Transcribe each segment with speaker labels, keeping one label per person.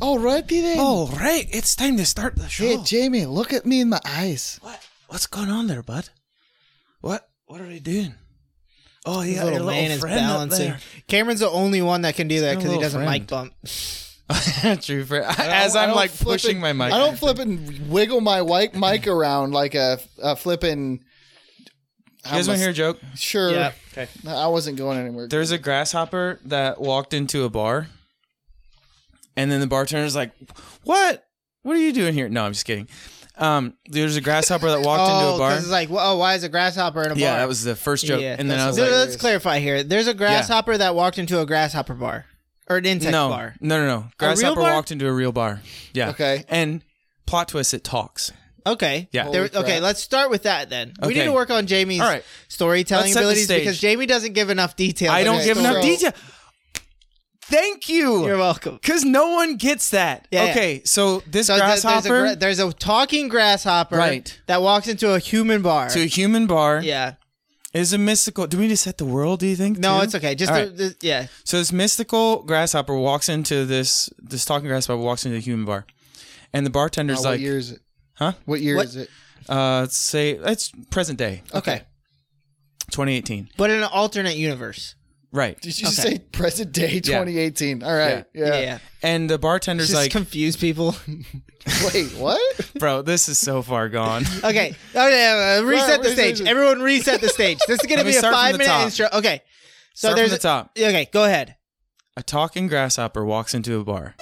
Speaker 1: Already then?
Speaker 2: All Oh, right, it's time to start the show.
Speaker 1: Hey, Jamie, look at me in my eyes.
Speaker 2: what? What's going on there, bud? What? What are they doing? Oh, you
Speaker 3: His
Speaker 2: got your
Speaker 3: little
Speaker 2: little
Speaker 3: man is
Speaker 2: friend up
Speaker 3: balancing.
Speaker 2: there.
Speaker 3: Cameron's the only one that can do that
Speaker 1: My
Speaker 3: because he
Speaker 1: little
Speaker 3: doesn't
Speaker 1: friend.
Speaker 3: mic bump.
Speaker 2: True for
Speaker 1: I
Speaker 2: as
Speaker 1: don't- I
Speaker 2: I'm
Speaker 1: don't
Speaker 2: like
Speaker 1: flip
Speaker 2: pushing
Speaker 1: it-
Speaker 2: my mic.
Speaker 1: I don't flip and wiggle my wi- mic around like a, a flipping.
Speaker 2: You guys want to hear a joke?
Speaker 1: Sure.
Speaker 3: Yeah. Okay.
Speaker 1: No, I wasn't going anywhere.
Speaker 2: There's a grasshopper that walked into a bar, and then the bartender's like, "What? What are you doing here?" No, I'm just kidding. Um, there's a grasshopper that walked into a
Speaker 3: Oh,
Speaker 2: bar.
Speaker 3: because it's like, well, oh, why is a grasshopper in a bar?
Speaker 2: Yeah, that was the first joke,
Speaker 3: Yeah,
Speaker 2: and then I was
Speaker 3: that's
Speaker 2: like,
Speaker 3: hilarious. let's clarify here. There's a grasshopper that walked into a grasshopper bar or an insect
Speaker 2: no,
Speaker 3: bar.
Speaker 2: no, no, no. Grasshopper
Speaker 3: bar?
Speaker 2: walked into a real bar. Yeah.
Speaker 1: Okay.
Speaker 2: And plot twist, it talks.
Speaker 3: Okay.
Speaker 2: Yeah.
Speaker 3: There-
Speaker 1: Holy crap.
Speaker 3: okay. Let's start with that then. We
Speaker 2: Okay.
Speaker 3: need to work on Jamie's
Speaker 2: All right.
Speaker 3: storytelling
Speaker 2: Let's set the
Speaker 3: abilities
Speaker 2: stage.
Speaker 3: because Jamie doesn't give enough detail.
Speaker 2: I
Speaker 3: in
Speaker 2: don't
Speaker 3: his
Speaker 2: give enough
Speaker 3: story.
Speaker 1: So-
Speaker 2: detail. Thank
Speaker 3: You're
Speaker 2: you.
Speaker 3: welcome.
Speaker 2: Because no one gets that.
Speaker 3: Yeah, yeah.
Speaker 2: okay. So this
Speaker 3: So th-
Speaker 2: grasshopper
Speaker 3: there's, a, gra- there's a talking grasshopper
Speaker 2: Right.
Speaker 3: that walks into a human bar.
Speaker 2: to a human bar
Speaker 3: yeah.
Speaker 2: is a mystical. Do we need to set the world? Do you think?
Speaker 3: No,
Speaker 2: too?
Speaker 3: it's okay. Just
Speaker 2: All
Speaker 3: the,
Speaker 2: right.
Speaker 3: the- yeah.
Speaker 2: So this mystical grasshopper walks into this. This talking grasshopper walks into a human bar, and the
Speaker 1: Now,
Speaker 2: bartender's
Speaker 1: what
Speaker 2: like,
Speaker 1: year is it?
Speaker 2: Huh?
Speaker 1: What year
Speaker 3: What-
Speaker 1: is it?
Speaker 2: uh, let's say it's present day,
Speaker 3: Okay.
Speaker 2: 2018.
Speaker 3: But in an alternate universe.
Speaker 2: Right.
Speaker 1: Did you
Speaker 3: Okay.
Speaker 1: say present day
Speaker 2: Yeah.
Speaker 1: 2018? All right. Yeah.
Speaker 3: Yeah.
Speaker 2: And the bartender's
Speaker 3: Just
Speaker 2: like,
Speaker 3: confuse people.
Speaker 1: Wait, what?
Speaker 2: bro, this is so far gone.
Speaker 3: okay. Okay. uh, reset
Speaker 1: Wait,
Speaker 3: the
Speaker 1: wait,
Speaker 3: stage.
Speaker 1: wait.
Speaker 3: Everyone reset the stage. This is going to
Speaker 2: Let me
Speaker 3: be a
Speaker 2: start from
Speaker 3: five
Speaker 2: the
Speaker 3: minute
Speaker 2: top.
Speaker 3: intro. Okay. So
Speaker 2: Start
Speaker 3: there's.
Speaker 2: from the top.
Speaker 3: Okay. Go ahead.
Speaker 2: A talking grasshopper walks into a bar.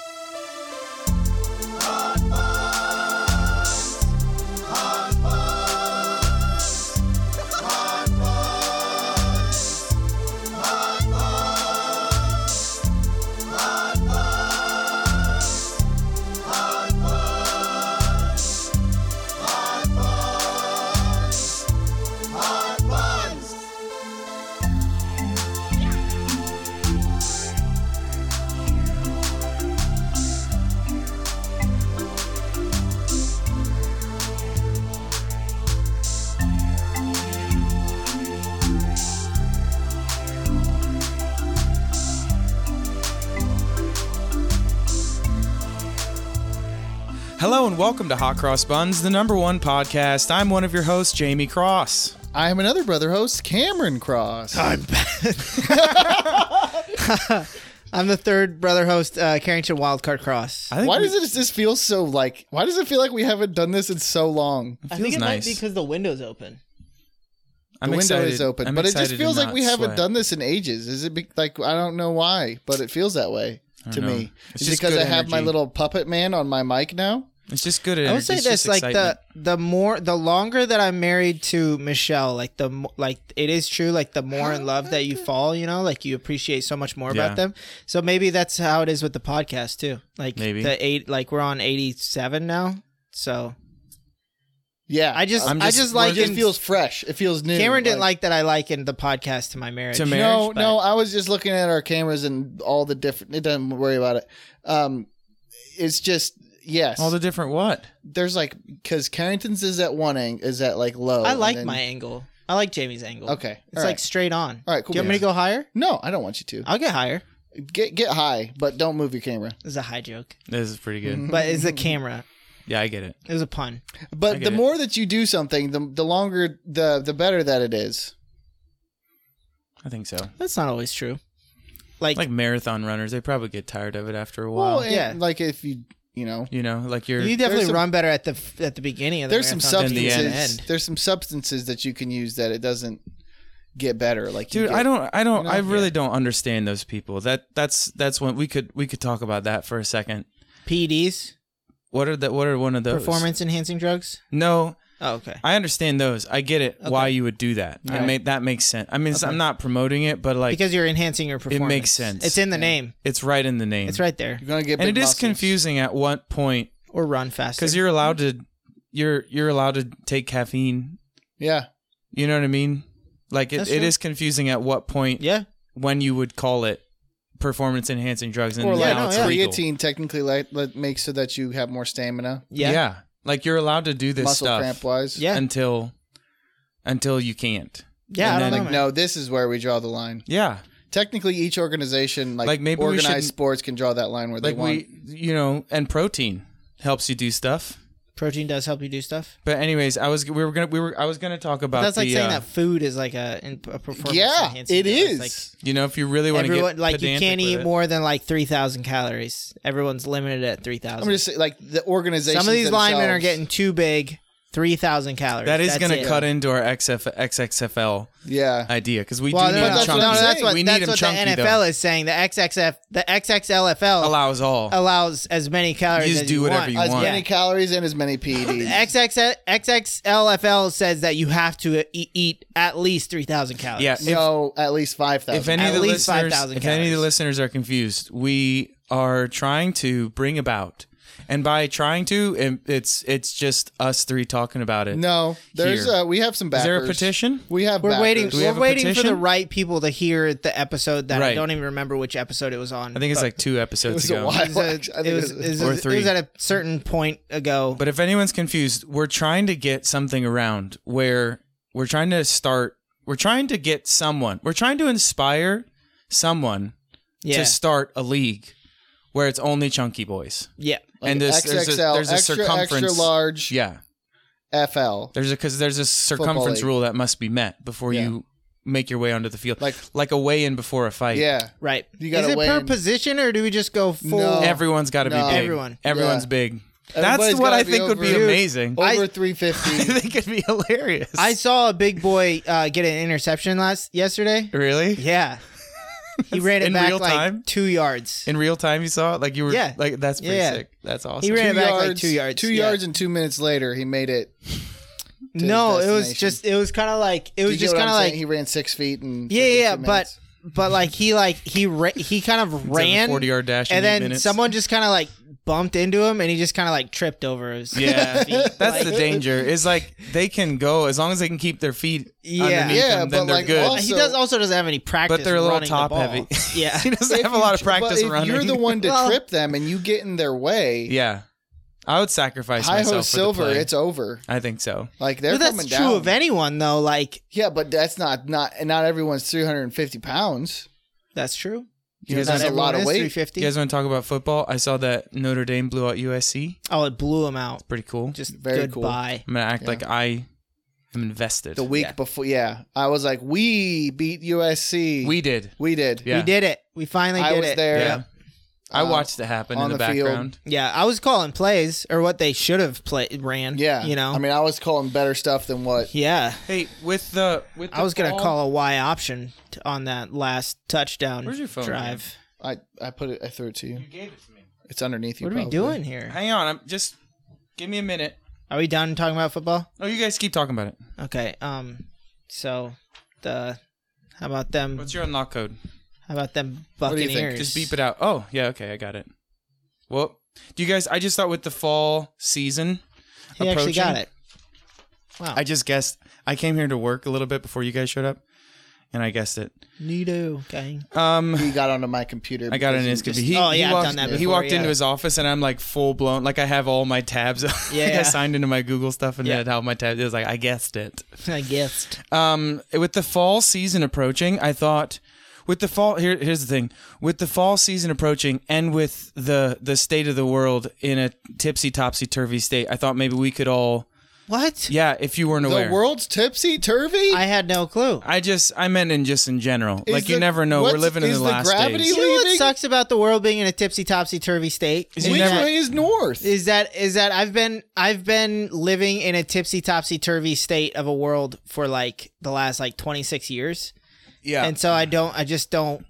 Speaker 2: Hello and welcome to Hot Cross Buns, the number one podcast. I'm one of your hosts, Jamie Cross.
Speaker 1: I'm another brother host, Cameron Cross.
Speaker 3: I'm bad. I'm the third brother host, uh, Carrington Wildcard Cross.
Speaker 2: I think
Speaker 1: Why
Speaker 2: we-
Speaker 1: does it just feel so like? Why does it feel like we haven't done this in so long?
Speaker 3: I
Speaker 2: feels nice.
Speaker 3: the window's open.
Speaker 2: I'm
Speaker 1: the window
Speaker 2: excited.
Speaker 1: is open,
Speaker 2: I'm
Speaker 1: but it just
Speaker 2: excited to
Speaker 1: feels like
Speaker 2: not
Speaker 1: we haven't
Speaker 2: sweat.
Speaker 1: done this in ages. Is it be, like I don't know why, but it feels that way to
Speaker 2: know.
Speaker 1: me.
Speaker 2: It's
Speaker 1: is it
Speaker 2: just
Speaker 1: because I
Speaker 2: good
Speaker 1: have my
Speaker 2: energy.
Speaker 1: little puppet man on my mic now?
Speaker 2: It's just good. Energy.
Speaker 3: I would say
Speaker 2: It's
Speaker 3: this:
Speaker 2: just
Speaker 3: like
Speaker 2: excitement.
Speaker 3: the the more the longer that I'm married to Michelle, like the mo- like it is true, like the more in love that you fall, you know, like you appreciate so much more
Speaker 2: Yeah.
Speaker 3: about them. So maybe that's how it is with the podcast too. Like
Speaker 2: Maybe.
Speaker 3: the eight, like we're on eighty seven now. So
Speaker 1: Yeah,
Speaker 3: I just
Speaker 2: I'm
Speaker 3: I
Speaker 2: just-
Speaker 3: just
Speaker 2: we're
Speaker 1: it
Speaker 3: like
Speaker 1: just feels fresh. It feels new.
Speaker 3: Cameron didn't like that I likened the podcast to my marriage.
Speaker 2: To ma-
Speaker 1: No,
Speaker 2: marriage,
Speaker 3: but-
Speaker 1: no. I was just looking at our cameras and all the different. It doesn't worry about it. Um, it's just yes.
Speaker 2: all the different what?
Speaker 1: There's like because Carrington's is at one ang is at like low.
Speaker 3: I
Speaker 1: Oh, and
Speaker 3: like
Speaker 1: then-
Speaker 3: my angle. I like Jamie's angle.
Speaker 1: Okay,
Speaker 3: It's
Speaker 1: all
Speaker 3: like
Speaker 1: right.
Speaker 3: straight on.
Speaker 1: All right, cool
Speaker 3: Do you want me to go higher?
Speaker 1: No, I don't want you
Speaker 3: I'll get higher.
Speaker 1: to get get high, but don't move your camera.
Speaker 3: This is a high joke.
Speaker 2: This is pretty
Speaker 1: Mm-hmm.
Speaker 2: good.
Speaker 3: But it's a camera.
Speaker 2: Yeah, I get it.
Speaker 3: It was a pun.
Speaker 1: But
Speaker 2: get
Speaker 1: the
Speaker 2: it.
Speaker 1: more that you do something, the the longer the the better that it is.
Speaker 2: I think so.
Speaker 3: That's not always true. Like,
Speaker 2: Like marathon runners, they probably get tired of it after a
Speaker 1: Well,
Speaker 2: while.
Speaker 1: and,
Speaker 3: yeah.
Speaker 1: like if you you know,
Speaker 2: you know, like you're.
Speaker 3: you definitely
Speaker 1: there's some-
Speaker 3: run better at the f- at the beginning of the
Speaker 1: there's some
Speaker 3: marathon than you do at the
Speaker 1: substances.
Speaker 3: end.
Speaker 1: There's some substances that you can use that it doesn't get better. Like you
Speaker 2: Dude,
Speaker 1: get-
Speaker 2: I don't, I
Speaker 1: you
Speaker 2: don't,
Speaker 1: know?
Speaker 2: I really don't understand those people. That, that's, that's when we could, we could talk about that for a second.
Speaker 3: PDs,
Speaker 2: What are the, what are one of those?
Speaker 3: performance enhancing drugs.
Speaker 2: No,
Speaker 3: Oh, okay.
Speaker 2: I understand those. I get it. Why you would do that? I
Speaker 3: Right.
Speaker 2: mean, that makes sense. I mean, it's- I'm not promoting it, but like,
Speaker 3: Because you're enhancing your performance.
Speaker 2: sense.
Speaker 3: It's in the name.
Speaker 2: it's right in the name.
Speaker 3: It's right there.
Speaker 1: You're gonna get
Speaker 2: and it
Speaker 1: big
Speaker 2: is
Speaker 1: muscles.
Speaker 2: confusing at what point
Speaker 3: Or run faster.
Speaker 2: because you're allowed to, you're you're allowed to take caffeine.
Speaker 1: Yeah,
Speaker 2: You know what I mean? Like it,
Speaker 3: That's
Speaker 2: it
Speaker 3: true.
Speaker 2: is confusing at what point
Speaker 3: yeah.
Speaker 2: when you would call it performance enhancing drugs and
Speaker 1: or like oh,
Speaker 2: now
Speaker 3: no,
Speaker 2: it's
Speaker 3: yeah.
Speaker 2: legal.
Speaker 1: creatine technically like, like makes so that you have more stamina,
Speaker 3: Yeah. Yeah.
Speaker 2: Yeah. Like you're allowed to do this
Speaker 1: muscle
Speaker 2: stuff
Speaker 1: cramp wise.
Speaker 3: Yeah.
Speaker 2: until until you can't.
Speaker 3: I
Speaker 2: And
Speaker 3: don't
Speaker 2: then-
Speaker 3: know, man.
Speaker 1: No, this is where we draw the line.
Speaker 2: Yeah.
Speaker 1: technically each organization like,
Speaker 2: Like, maybe we
Speaker 1: organized
Speaker 2: should-
Speaker 1: sports can draw that line where they
Speaker 2: Like
Speaker 1: want.
Speaker 2: we, you know, and protein helps you do stuff.
Speaker 3: Protein does help you do stuff.
Speaker 2: But anyways, I was we were gonna we were I was gonna talk about
Speaker 3: That's like
Speaker 2: the,
Speaker 3: saying
Speaker 2: uh,
Speaker 3: that food is like a, in- a performance.
Speaker 1: yeah,
Speaker 3: enhancing
Speaker 1: it
Speaker 3: drug. It's
Speaker 1: is.
Speaker 3: Like,
Speaker 2: you know if you really want to
Speaker 3: Everyone
Speaker 2: get
Speaker 3: like you
Speaker 2: pedantic
Speaker 3: can't
Speaker 2: with
Speaker 3: eat
Speaker 2: it.
Speaker 3: more than like three thousand calories. Everyone's limited at three
Speaker 1: I'm
Speaker 3: thousand.
Speaker 1: just saying, like the organization.
Speaker 3: Some of these linemen are getting too big. Three thousand calories.
Speaker 2: That is
Speaker 3: That's
Speaker 2: going to
Speaker 3: it.
Speaker 2: cut into our XF, XXFL
Speaker 1: Yeah,
Speaker 2: idea because we
Speaker 3: Well,
Speaker 2: do need
Speaker 3: no, no,
Speaker 2: them
Speaker 3: that's,
Speaker 1: what-
Speaker 2: chunky.
Speaker 3: no, that's what,
Speaker 2: we need
Speaker 3: that's
Speaker 2: them
Speaker 3: what
Speaker 2: chunky
Speaker 3: the NFL
Speaker 2: though.
Speaker 3: is saying. The XXF, the XXLFL
Speaker 2: allows all.
Speaker 3: allows as many calories.
Speaker 2: You just
Speaker 3: as
Speaker 2: do
Speaker 3: you
Speaker 2: whatever
Speaker 3: want.
Speaker 2: you
Speaker 1: as
Speaker 2: want.
Speaker 1: many calories and as many E
Speaker 3: The
Speaker 1: PEDs.
Speaker 3: XX, XXLFL says that you have to e- eat at least three thousand calories.
Speaker 2: Yeah, if-
Speaker 1: no, at least five thousand.
Speaker 2: If any
Speaker 3: At
Speaker 2: of the
Speaker 3: least
Speaker 2: listeners,
Speaker 3: 5,000
Speaker 2: if any of the
Speaker 3: calories.
Speaker 2: listeners are confused, we are trying to bring about, and by trying to, it- it's it's just us three talking about it.
Speaker 1: no, there's
Speaker 2: Here.
Speaker 1: uh, we have some
Speaker 2: is
Speaker 1: backers.
Speaker 2: there a petition?
Speaker 1: We have.
Speaker 3: We're
Speaker 1: backers.
Speaker 3: waiting.
Speaker 2: we
Speaker 3: We're
Speaker 2: have a
Speaker 3: waiting for the
Speaker 2: petition?
Speaker 3: right people to hear the episode that I
Speaker 2: Right.
Speaker 3: don't even remember which episode it was on.
Speaker 2: I think it's like two
Speaker 1: It
Speaker 2: episodes
Speaker 1: was a
Speaker 2: ago.
Speaker 1: while.
Speaker 3: it was, a-
Speaker 1: actually. I think
Speaker 3: it was, it was-
Speaker 2: Or
Speaker 3: it was
Speaker 2: three.
Speaker 3: at a certain point ago.
Speaker 2: But if anyone's confused, we're trying to get something around where we're trying to start. We're trying to get someone. We're trying to inspire someone
Speaker 3: yeah,
Speaker 2: to start a league where it's only chunky boys.
Speaker 3: yeah.
Speaker 1: Like
Speaker 2: and there's- there's a-
Speaker 1: XXL,
Speaker 2: there's a
Speaker 1: extra, extra
Speaker 2: circumference-
Speaker 1: large
Speaker 2: Yeah,
Speaker 1: FL.
Speaker 2: there's a because there's a circumference
Speaker 1: league.
Speaker 2: rule that must be met before
Speaker 1: Yeah.
Speaker 2: you make your way onto the field,
Speaker 1: Like-
Speaker 2: like a weigh in before a fight.
Speaker 1: Yeah,
Speaker 3: Right.
Speaker 1: You
Speaker 3: Is
Speaker 1: gotta
Speaker 3: it per
Speaker 1: win.
Speaker 3: position or do we just go full?
Speaker 1: No.
Speaker 2: Oh, Everyone's got to
Speaker 1: No.
Speaker 2: be big.
Speaker 3: Everyone.
Speaker 2: Everyone's
Speaker 1: Yeah.
Speaker 2: big.
Speaker 1: Everybody's
Speaker 2: That's what
Speaker 1: gotta
Speaker 2: I
Speaker 1: be
Speaker 2: think would be
Speaker 1: over-
Speaker 2: amazing. I
Speaker 1: over
Speaker 3: I-
Speaker 1: three fifty.
Speaker 2: think it'd be hilarious.
Speaker 3: I saw a big boy uh, get an interception last yesterday.
Speaker 2: really
Speaker 3: Yeah, he ran it
Speaker 2: In
Speaker 3: back
Speaker 2: real
Speaker 3: like
Speaker 2: time?
Speaker 3: two yards.
Speaker 2: in real time. You saw it, like you were.
Speaker 3: Yeah.
Speaker 2: like that's pretty
Speaker 3: Yeah.
Speaker 2: sick. That's awesome.
Speaker 3: He ran it back like
Speaker 1: yards,
Speaker 3: two yards.
Speaker 1: Two
Speaker 3: Yeah.
Speaker 1: yards and two minutes later, he made it. his
Speaker 3: No, it was
Speaker 1: destination.
Speaker 3: just it was kind of like it
Speaker 1: Do
Speaker 3: was
Speaker 1: you get
Speaker 3: just
Speaker 1: what
Speaker 3: kind of
Speaker 1: I'm
Speaker 3: like
Speaker 1: saying? he ran six feet and
Speaker 3: yeah, yeah, yeah, but but like he like he ra- he kind of ran
Speaker 2: forty yard dash. in
Speaker 3: and
Speaker 2: eight
Speaker 3: then
Speaker 2: minutes.
Speaker 3: someone just kind of like bumped into him and he just kind of like tripped over his
Speaker 2: Yeah,
Speaker 3: feet.
Speaker 2: that's
Speaker 3: Like,
Speaker 2: the danger. Is like they can go as long as they can keep their feet
Speaker 3: Yeah.
Speaker 2: underneath
Speaker 1: Yeah,
Speaker 2: them, then
Speaker 1: but,
Speaker 2: they're
Speaker 1: like,
Speaker 2: good.
Speaker 1: all-
Speaker 3: he
Speaker 1: So-
Speaker 3: does also doesn't have any practice
Speaker 2: but they're a little
Speaker 3: running the
Speaker 2: top
Speaker 3: ball.
Speaker 2: heavy.
Speaker 3: yeah
Speaker 2: he doesn't have a lot of practice
Speaker 1: if
Speaker 2: running.
Speaker 1: You're the one to
Speaker 3: Well-
Speaker 1: trip them, and you get in their way.
Speaker 2: Yeah, I would sacrifice
Speaker 1: Hi ho,
Speaker 2: myself.
Speaker 1: silver.
Speaker 2: for the play.
Speaker 1: It's over.
Speaker 2: I think so.
Speaker 1: Like they're
Speaker 3: but that's
Speaker 1: coming
Speaker 3: true
Speaker 1: down.
Speaker 3: of anyone though like
Speaker 1: Yeah, but that's not not and not everyone's 350 pounds.
Speaker 3: that's true
Speaker 1: You know,
Speaker 2: guys
Speaker 1: that's a
Speaker 2: want-
Speaker 1: lot of
Speaker 3: everyone is
Speaker 1: weight.
Speaker 3: 350
Speaker 2: You guys want to talk about football? I saw that Notre Dame blew out USC.
Speaker 3: oh it blew him out
Speaker 2: Pretty cool.
Speaker 3: just
Speaker 1: Very cool.
Speaker 3: goodbye
Speaker 2: I'm gonna act like I am invested.
Speaker 1: The week
Speaker 3: Yeah.
Speaker 1: before, yeah, I was like, we beat USC.
Speaker 2: we did.
Speaker 1: we did.
Speaker 2: Yeah.
Speaker 3: we did it we finally
Speaker 1: I
Speaker 3: did
Speaker 1: was
Speaker 3: it
Speaker 1: there.
Speaker 2: Yeah. I
Speaker 1: Uh,
Speaker 2: watched it happen
Speaker 1: on
Speaker 2: in the,
Speaker 1: the field.
Speaker 2: background.
Speaker 3: yeah I was calling plays or what they should have played ran
Speaker 1: Yeah,
Speaker 3: you know
Speaker 1: I mean, I was calling better stuff than what.
Speaker 3: yeah
Speaker 2: Hey, with the with the
Speaker 3: I was gonna
Speaker 2: ball-
Speaker 3: call a Y option t- on that last touchdown
Speaker 2: Where's your phone,
Speaker 3: drive.
Speaker 1: I I put it. I threw it to you.
Speaker 2: You gave it to me.
Speaker 1: It's underneath you.
Speaker 3: What are we
Speaker 1: probably.
Speaker 3: doing here?
Speaker 2: Hang on. I'm just give me a minute.
Speaker 3: Are we done talking about football?
Speaker 2: Oh, you guys keep talking about it.
Speaker 3: Okay. Um. So the how about them?
Speaker 2: What's your unlock code?
Speaker 3: How about them
Speaker 1: do you
Speaker 3: Buccaneers?
Speaker 1: think?
Speaker 2: Just beep it out. Oh, yeah, okay, I got it. Well, do you guys? I just thought with the fall season,
Speaker 3: He actually
Speaker 2: approaching-
Speaker 3: got it. Wow.
Speaker 2: I just guessed. I came here to work a little bit before you guys showed up, and I guessed it.
Speaker 3: Neato. Okay.
Speaker 2: Um,
Speaker 1: He got onto my computer.
Speaker 2: I got
Speaker 1: because
Speaker 2: it in
Speaker 1: he
Speaker 2: his
Speaker 1: just-
Speaker 2: computer. He,
Speaker 3: Oh, yeah,
Speaker 2: he
Speaker 3: I've
Speaker 2: walked,
Speaker 3: done that
Speaker 2: He
Speaker 3: before,
Speaker 2: walked
Speaker 3: yeah.
Speaker 2: into his office, and I'm like full blown. Like I have all my tabs. like I
Speaker 3: Yeah.
Speaker 2: signed into my Google stuff, and
Speaker 3: Yeah.
Speaker 2: had all my tabs. It was like I guessed it.
Speaker 3: I guessed.
Speaker 2: Um, with the fall season approaching, I thought with the fall here here's the thing. With the fall season approaching and with the the state of the world in a tipsy topsy turvy state, I thought maybe we could all
Speaker 3: What?
Speaker 2: yeah, if you weren't aware.
Speaker 1: The world's tipsy turvy.
Speaker 3: I had no clue.
Speaker 2: I just I meant in just in general.
Speaker 1: Is
Speaker 2: like you
Speaker 1: the-
Speaker 2: never know. We're
Speaker 1: what's-
Speaker 2: living in
Speaker 1: is
Speaker 2: the
Speaker 1: the
Speaker 2: last
Speaker 1: gravity
Speaker 2: days.
Speaker 3: You know what
Speaker 1: leaving?
Speaker 3: sucks about the world being in a tipsy topsy turvy state?
Speaker 2: Is
Speaker 3: Is
Speaker 2: you
Speaker 1: Which
Speaker 2: never-
Speaker 1: way is north?
Speaker 3: is that is that I've been I've been living in a tipsy topsy turvy state of a world for like the last like 26 years.
Speaker 2: Yeah.
Speaker 3: And so I don't I just don't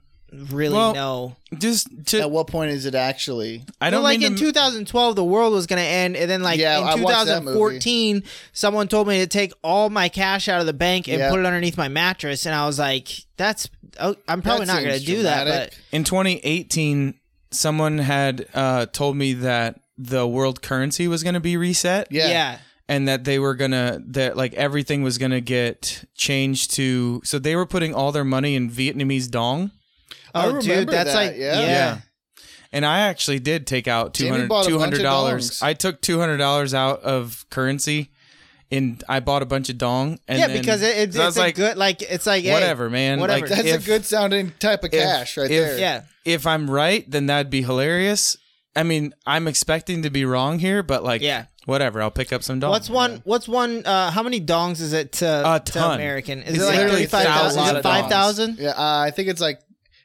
Speaker 3: really
Speaker 2: Well,
Speaker 3: know.
Speaker 2: just
Speaker 1: At
Speaker 2: to
Speaker 1: what point is it actually?
Speaker 2: I
Speaker 3: Well,
Speaker 2: don't
Speaker 3: like
Speaker 2: mean
Speaker 3: in
Speaker 2: to,
Speaker 3: 2012 the world was going to end and then like
Speaker 1: Yeah, I
Speaker 3: in
Speaker 1: watched that movie.
Speaker 3: 2014 someone told me to take all my cash out of the bank and
Speaker 1: Yeah.
Speaker 3: put it underneath my mattress and I was like that's oh, I'm probably
Speaker 1: That
Speaker 3: not going to
Speaker 1: seems
Speaker 3: do that
Speaker 1: dramatic.
Speaker 3: but
Speaker 2: in 2018 someone had uh told me that the world currency was going to be reset.
Speaker 1: Yeah.
Speaker 3: yeah.
Speaker 2: and that they were gonna that like everything was gonna get changed to so they were putting all their money in Vietnamese dong.
Speaker 1: I
Speaker 3: Oh dude,
Speaker 1: remember
Speaker 3: that's
Speaker 1: that,
Speaker 3: like
Speaker 1: yeah.
Speaker 3: yeah.
Speaker 2: And I actually did take out
Speaker 1: Jamie bought a bunch of
Speaker 2: $200.
Speaker 1: dongs.
Speaker 2: I took $200 out of currency and I bought a bunch of dong. And
Speaker 3: yeah,
Speaker 2: then-
Speaker 3: because it, it's,
Speaker 2: 'cause I
Speaker 3: it's
Speaker 2: was
Speaker 3: a
Speaker 2: like,
Speaker 3: good like it's like hey,
Speaker 2: whatever, man.
Speaker 3: whatever.
Speaker 2: Like,
Speaker 1: That's
Speaker 2: if,
Speaker 1: a good sounding type of cash right
Speaker 2: if-
Speaker 1: there.
Speaker 3: yeah,
Speaker 2: If I'm right, then that'd be hilarious. I mean, I'm expecting to be wrong here, but like,
Speaker 3: Yeah.
Speaker 2: whatever. I'll pick up some dong.
Speaker 3: What's one? What's one? Uh, how many dongs is it to,
Speaker 2: A
Speaker 3: to
Speaker 2: ton.
Speaker 3: American? Is
Speaker 2: It's
Speaker 3: it like
Speaker 2: literally
Speaker 3: thirty-five thousand?
Speaker 2: thousands
Speaker 3: Is
Speaker 2: of
Speaker 3: it
Speaker 2: dongs.
Speaker 3: five thousand?
Speaker 1: Yeah, uh, I think it's like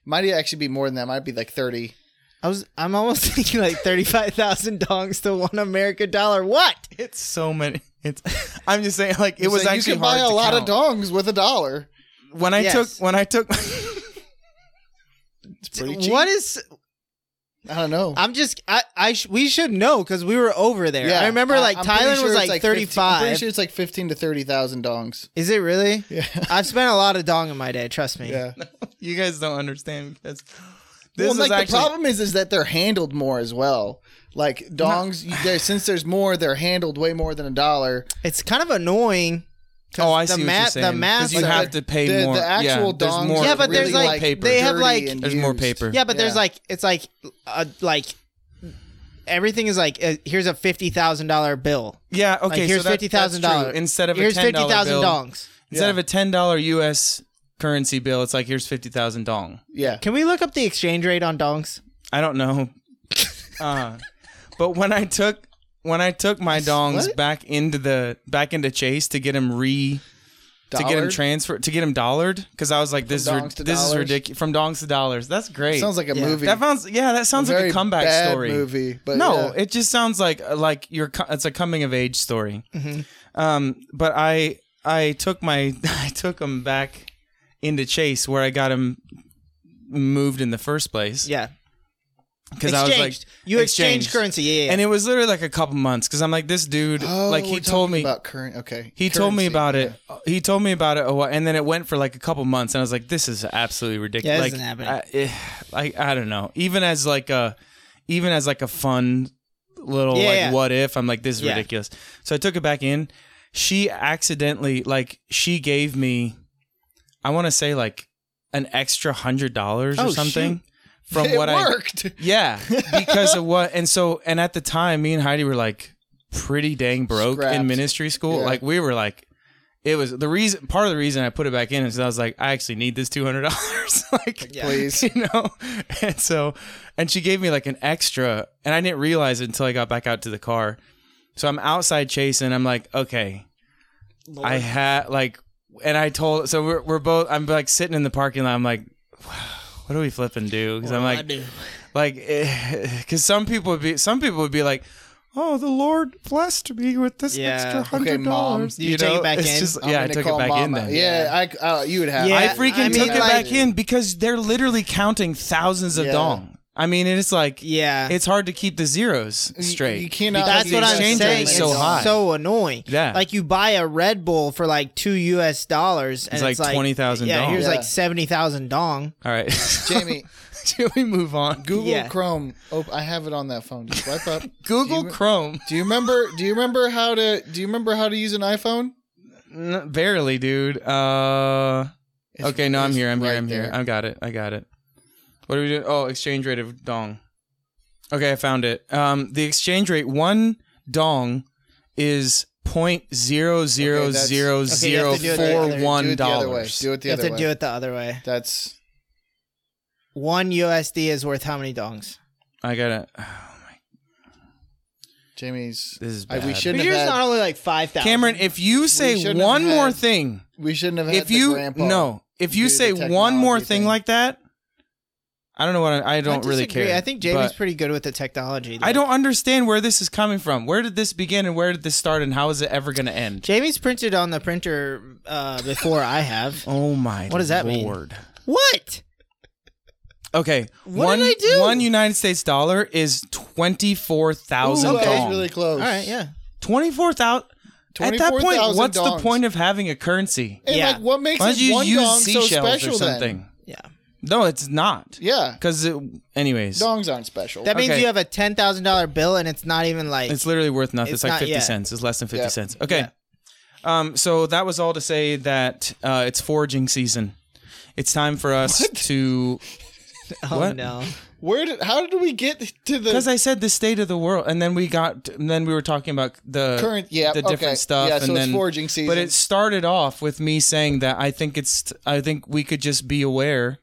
Speaker 1: might actually be more than that. Might be like thirty.
Speaker 3: I was. I'm almost thinking like thirty-five thousand dongs to one American dollar. What?
Speaker 2: It's so many. It's. I'm just saying, like, it
Speaker 1: It's
Speaker 2: was
Speaker 1: like,
Speaker 2: actually
Speaker 1: you can buy
Speaker 2: hard
Speaker 1: a
Speaker 2: to
Speaker 1: lot
Speaker 2: count.
Speaker 1: of dongs with a dollar.
Speaker 2: When I
Speaker 3: Yes.
Speaker 2: took, when I took,
Speaker 1: It's pretty cheap.
Speaker 3: What is?
Speaker 1: I don't know.
Speaker 3: I'm just. I. I. Sh- we should know because we were over there. I remember like
Speaker 1: I'm pretty
Speaker 3: Thailand
Speaker 1: sure
Speaker 3: was
Speaker 1: it's 15
Speaker 3: like,
Speaker 1: I'm pretty
Speaker 3: thirty-five.
Speaker 1: sure it's like fifteen to thirty thousand dongs.
Speaker 3: Is it really?
Speaker 1: Yeah,
Speaker 3: I've spent a lot of dong in my day. Trust me.
Speaker 1: yeah.
Speaker 2: you guys don't understand because this
Speaker 1: Well,
Speaker 2: is
Speaker 1: like
Speaker 2: actually.
Speaker 1: the problem is, is that they're handled more as well. Like dongs, you- there- since there's more, they're handled way more than a dollar.
Speaker 3: It's kind of annoying. 'cause
Speaker 2: oh, I
Speaker 3: the
Speaker 2: see what
Speaker 3: ma-
Speaker 2: you're
Speaker 3: the
Speaker 2: saying. 'Cause you
Speaker 1: math-
Speaker 2: have to pay
Speaker 1: The-
Speaker 2: more.
Speaker 1: the actual
Speaker 2: yeah, there's
Speaker 1: dongs
Speaker 2: more
Speaker 1: are
Speaker 3: Yeah, but there's
Speaker 1: really,
Speaker 3: like-
Speaker 1: paper.
Speaker 3: they have,
Speaker 1: dirty
Speaker 3: like-
Speaker 1: and
Speaker 2: There's more
Speaker 1: used.
Speaker 2: paper.
Speaker 3: Yeah, but there's
Speaker 1: Yeah.
Speaker 3: like it's like uh, like everything is like uh, here's a fifty thousand dollar bill.
Speaker 2: Yeah. Okay.
Speaker 3: Like, here's
Speaker 2: so that-
Speaker 3: fifty thousand
Speaker 2: that's true.
Speaker 3: dollars
Speaker 2: instead of
Speaker 3: here's
Speaker 2: a ten
Speaker 3: fifty
Speaker 2: dollar
Speaker 3: thousand
Speaker 2: bill.
Speaker 3: dongs.
Speaker 2: Instead
Speaker 1: Yeah.
Speaker 2: of a ten dollar U.S. currency bill, it's like here's fifty thousand dong.
Speaker 1: Yeah,
Speaker 3: Can we look up the exchange rate on dongs?
Speaker 2: I don't know. uh, but when I took when I took my dongs
Speaker 1: What?
Speaker 2: back into the back into Chase to get him re to get him
Speaker 1: Dollar?
Speaker 2: transferred to get him dollared because I was like this is
Speaker 1: dongs
Speaker 2: rid-
Speaker 1: to
Speaker 2: this is
Speaker 1: dollars?
Speaker 2: ridiculous from dongs to dollars. That's great.
Speaker 1: sounds like a
Speaker 3: Yeah.
Speaker 1: movie.
Speaker 2: that sounds yeah that sounds like
Speaker 1: Very
Speaker 2: a comeback
Speaker 1: bad
Speaker 2: story.
Speaker 1: Movie, but
Speaker 2: No,
Speaker 1: yeah.
Speaker 2: it just sounds like uh, like you're co- it's a coming of age story.
Speaker 1: Mm-hmm.
Speaker 2: Um, but I I took my I took him back into Chase where I got him moved in the first place.
Speaker 3: Yeah,
Speaker 2: because I was like
Speaker 3: exchanged. you exchange
Speaker 2: exchanged.
Speaker 3: currency. Yeah, yeah. yeah.
Speaker 2: and it was literally like a couple months because I'm like this dude
Speaker 1: Oh,
Speaker 2: like he
Speaker 1: we're
Speaker 2: told
Speaker 1: talking
Speaker 2: me
Speaker 1: about current. Okay,
Speaker 2: he told me
Speaker 1: Currency,
Speaker 2: about
Speaker 1: yeah.
Speaker 2: it he told me about it a while, and then it went for like a couple months and I was like this is absolutely ridiculous
Speaker 3: Yeah, this
Speaker 2: like
Speaker 3: isn't happening.
Speaker 2: I, eh, like I don't know even as like a even as like a fun little
Speaker 3: Yeah,
Speaker 2: like
Speaker 3: yeah.
Speaker 2: what if I'm like this is
Speaker 3: Yeah.
Speaker 2: ridiculous so I took it back in she accidentally like she gave me I want to say like an extra hundred dollars
Speaker 3: Oh,
Speaker 2: or
Speaker 3: shoot.
Speaker 2: something from
Speaker 1: It
Speaker 2: what I
Speaker 1: worked.
Speaker 2: yeah, because of what, and so, and at the time, me and Heidi were like pretty dang broke
Speaker 1: Scrapped.
Speaker 2: in ministry school.
Speaker 1: Yeah.
Speaker 2: Like we were like, it was the reason. Part of the reason I put it back in is I was like, I actually need this two hundred dollars. like,
Speaker 3: Yeah.
Speaker 1: Please.
Speaker 2: you know. And so, and she gave me like an extra, and I didn't realize it until I got back out to the car. So I'm outside chasing. I'm like, okay, I had like, and I told. So we're we're both. I'm like sitting in the parking lot. I'm like. What do we flipping do? Because I'm like, like because some people would be some people would be like oh the lord blessed me with this
Speaker 3: Yeah.
Speaker 2: extra
Speaker 1: Okay,
Speaker 2: hundred
Speaker 1: Mom.
Speaker 2: dollars
Speaker 3: Did you take it back in?
Speaker 2: just,
Speaker 1: I'm
Speaker 2: yeah i
Speaker 1: gonna
Speaker 2: took it
Speaker 1: call
Speaker 2: back in
Speaker 1: Mama.
Speaker 2: then
Speaker 1: Yeah, I uh, you would have.
Speaker 3: Yeah.
Speaker 2: i
Speaker 1: I,
Speaker 2: freaking
Speaker 3: I mean,
Speaker 2: took it
Speaker 3: like-
Speaker 2: back in because they're literally counting thousands of
Speaker 1: Yeah.
Speaker 2: dong i mean it's like
Speaker 3: Yeah,
Speaker 2: it's hard to keep the zeros straight
Speaker 1: You cannot.
Speaker 3: that's
Speaker 2: the
Speaker 3: what I'm
Speaker 2: exchange rate
Speaker 3: saying.
Speaker 2: is
Speaker 3: It's
Speaker 2: so
Speaker 3: so,
Speaker 2: high.
Speaker 3: annoying.
Speaker 2: Yeah.
Speaker 3: like you buy a Red Bull for like two U.S. dollars, and it's,
Speaker 2: like 20,000
Speaker 3: Yeah,
Speaker 2: dong.
Speaker 3: here's
Speaker 1: Yeah.
Speaker 3: like seventy thousand dong.
Speaker 2: all right
Speaker 1: Jamie,
Speaker 2: should we move on
Speaker 1: Google
Speaker 3: Yeah.
Speaker 1: Chrome. Oh, I have it on that phone. Just wipe up.
Speaker 2: google
Speaker 1: Do you-
Speaker 2: chrome
Speaker 1: Do you remember? Do you remember how to? Do you remember how to use an iPhone?
Speaker 2: N- barely dude uh
Speaker 1: It's-
Speaker 2: okay no i'm
Speaker 1: it's
Speaker 2: here i'm here
Speaker 1: right
Speaker 2: i'm here
Speaker 1: there.
Speaker 2: i got it i got it what are we doing oh exchange rate of dong okay i found it um the exchange rate one dong is point zero
Speaker 1: Okay,
Speaker 2: zero
Speaker 1: that's-
Speaker 2: zero
Speaker 3: Okay, you
Speaker 2: zero
Speaker 3: have to do it the
Speaker 2: four
Speaker 3: other-
Speaker 1: Do
Speaker 2: one
Speaker 1: it the other way.
Speaker 2: dollars
Speaker 1: Do it the
Speaker 3: You have
Speaker 1: other
Speaker 3: to
Speaker 1: way.
Speaker 3: do it the other way.
Speaker 1: That's
Speaker 3: One USD is worth how many dongs?
Speaker 2: i gotta oh my
Speaker 1: Jamie's.
Speaker 2: this is
Speaker 1: I-
Speaker 2: bad
Speaker 1: we shouldn't have
Speaker 3: Yours
Speaker 1: had.
Speaker 3: not only like five thousand.
Speaker 2: cameron if you
Speaker 1: shouldn't
Speaker 2: say
Speaker 1: have
Speaker 2: one
Speaker 1: had-
Speaker 2: more thing
Speaker 1: we shouldn't have had
Speaker 2: if
Speaker 1: the
Speaker 2: you
Speaker 1: grandpa.
Speaker 2: no if you
Speaker 1: do the
Speaker 2: say one more
Speaker 1: technology
Speaker 2: thing
Speaker 1: thing.
Speaker 2: like that i don't know what i, I don't really
Speaker 3: disagree.
Speaker 2: care
Speaker 3: I think Jamie's
Speaker 2: but-
Speaker 3: pretty good with the technology.
Speaker 2: I don't understand where this is coming from. Where did this begin and where did this start and how is it ever going to end?
Speaker 3: Jamie's printed on the printer uh, before I have.
Speaker 2: Oh my
Speaker 3: What does that mean?
Speaker 2: Lord.
Speaker 3: What?
Speaker 2: Okay.
Speaker 3: What
Speaker 2: one,
Speaker 3: did I do?
Speaker 2: One United States dollar is 24,000
Speaker 1: Ooh,
Speaker 2: dong.
Speaker 1: that is really close.
Speaker 3: All right, yeah.
Speaker 2: 24,000. At that point,
Speaker 1: 24,000
Speaker 2: what's the
Speaker 1: dongs.
Speaker 2: point of having a currency?
Speaker 1: And
Speaker 3: Yeah.
Speaker 1: like, what makes
Speaker 2: Why don't
Speaker 1: it
Speaker 2: you
Speaker 1: one dong
Speaker 2: use
Speaker 1: so
Speaker 2: seashells
Speaker 1: special
Speaker 2: or something?
Speaker 1: then?
Speaker 3: Yeah.
Speaker 2: No, it's not.
Speaker 1: Yeah,
Speaker 2: Because, anyways,
Speaker 1: dongs aren't special.
Speaker 3: That means
Speaker 2: Okay.
Speaker 3: you have a ten thousand dollar bill and it's not even like
Speaker 2: it's literally worth nothing. It's,
Speaker 3: It's
Speaker 2: like
Speaker 3: not
Speaker 2: 50
Speaker 3: yet.
Speaker 2: cents. It's less than 50
Speaker 1: Yeah.
Speaker 2: cents. Okay.
Speaker 3: Yeah.
Speaker 2: Um, so that was all to say that uh, it's foraging season. It's time for us to
Speaker 3: Oh
Speaker 2: What?
Speaker 3: no.
Speaker 1: Where did how did we get to
Speaker 2: Because
Speaker 1: the
Speaker 2: I said the state of the world, and then we got, and then we were talking about the
Speaker 1: current? Yeah,
Speaker 2: the
Speaker 1: okay.
Speaker 2: different stuff,
Speaker 1: Yeah,
Speaker 2: and
Speaker 1: so
Speaker 2: then
Speaker 1: it's foraging season.
Speaker 2: But it started off with me saying that I think it's I think we could just be aware,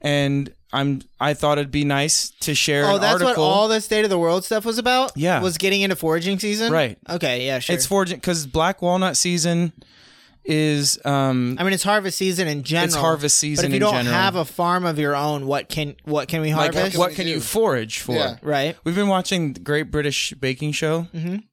Speaker 2: and I'm I thought it'd be nice to share.
Speaker 3: Oh,
Speaker 2: an
Speaker 3: that's
Speaker 2: article.
Speaker 3: what all the state of the world stuff was about.
Speaker 2: Yeah.
Speaker 3: was getting into foraging season.
Speaker 2: Right.
Speaker 3: Okay. Yeah. Sure.
Speaker 2: it's foraging because black walnut season is um
Speaker 3: I mean, it's harvest season in general.
Speaker 2: it's harvest season.
Speaker 3: But if you
Speaker 2: in
Speaker 3: don't
Speaker 2: general.
Speaker 3: have a farm of your own, what can what can we
Speaker 2: like,
Speaker 3: harvest?
Speaker 2: what
Speaker 1: we
Speaker 2: can
Speaker 1: do?
Speaker 2: you forage for?
Speaker 1: Yeah.
Speaker 3: right.
Speaker 2: We've been watching the Great British Baking Show,
Speaker 1: Mm-hmm.
Speaker 3: Mhm.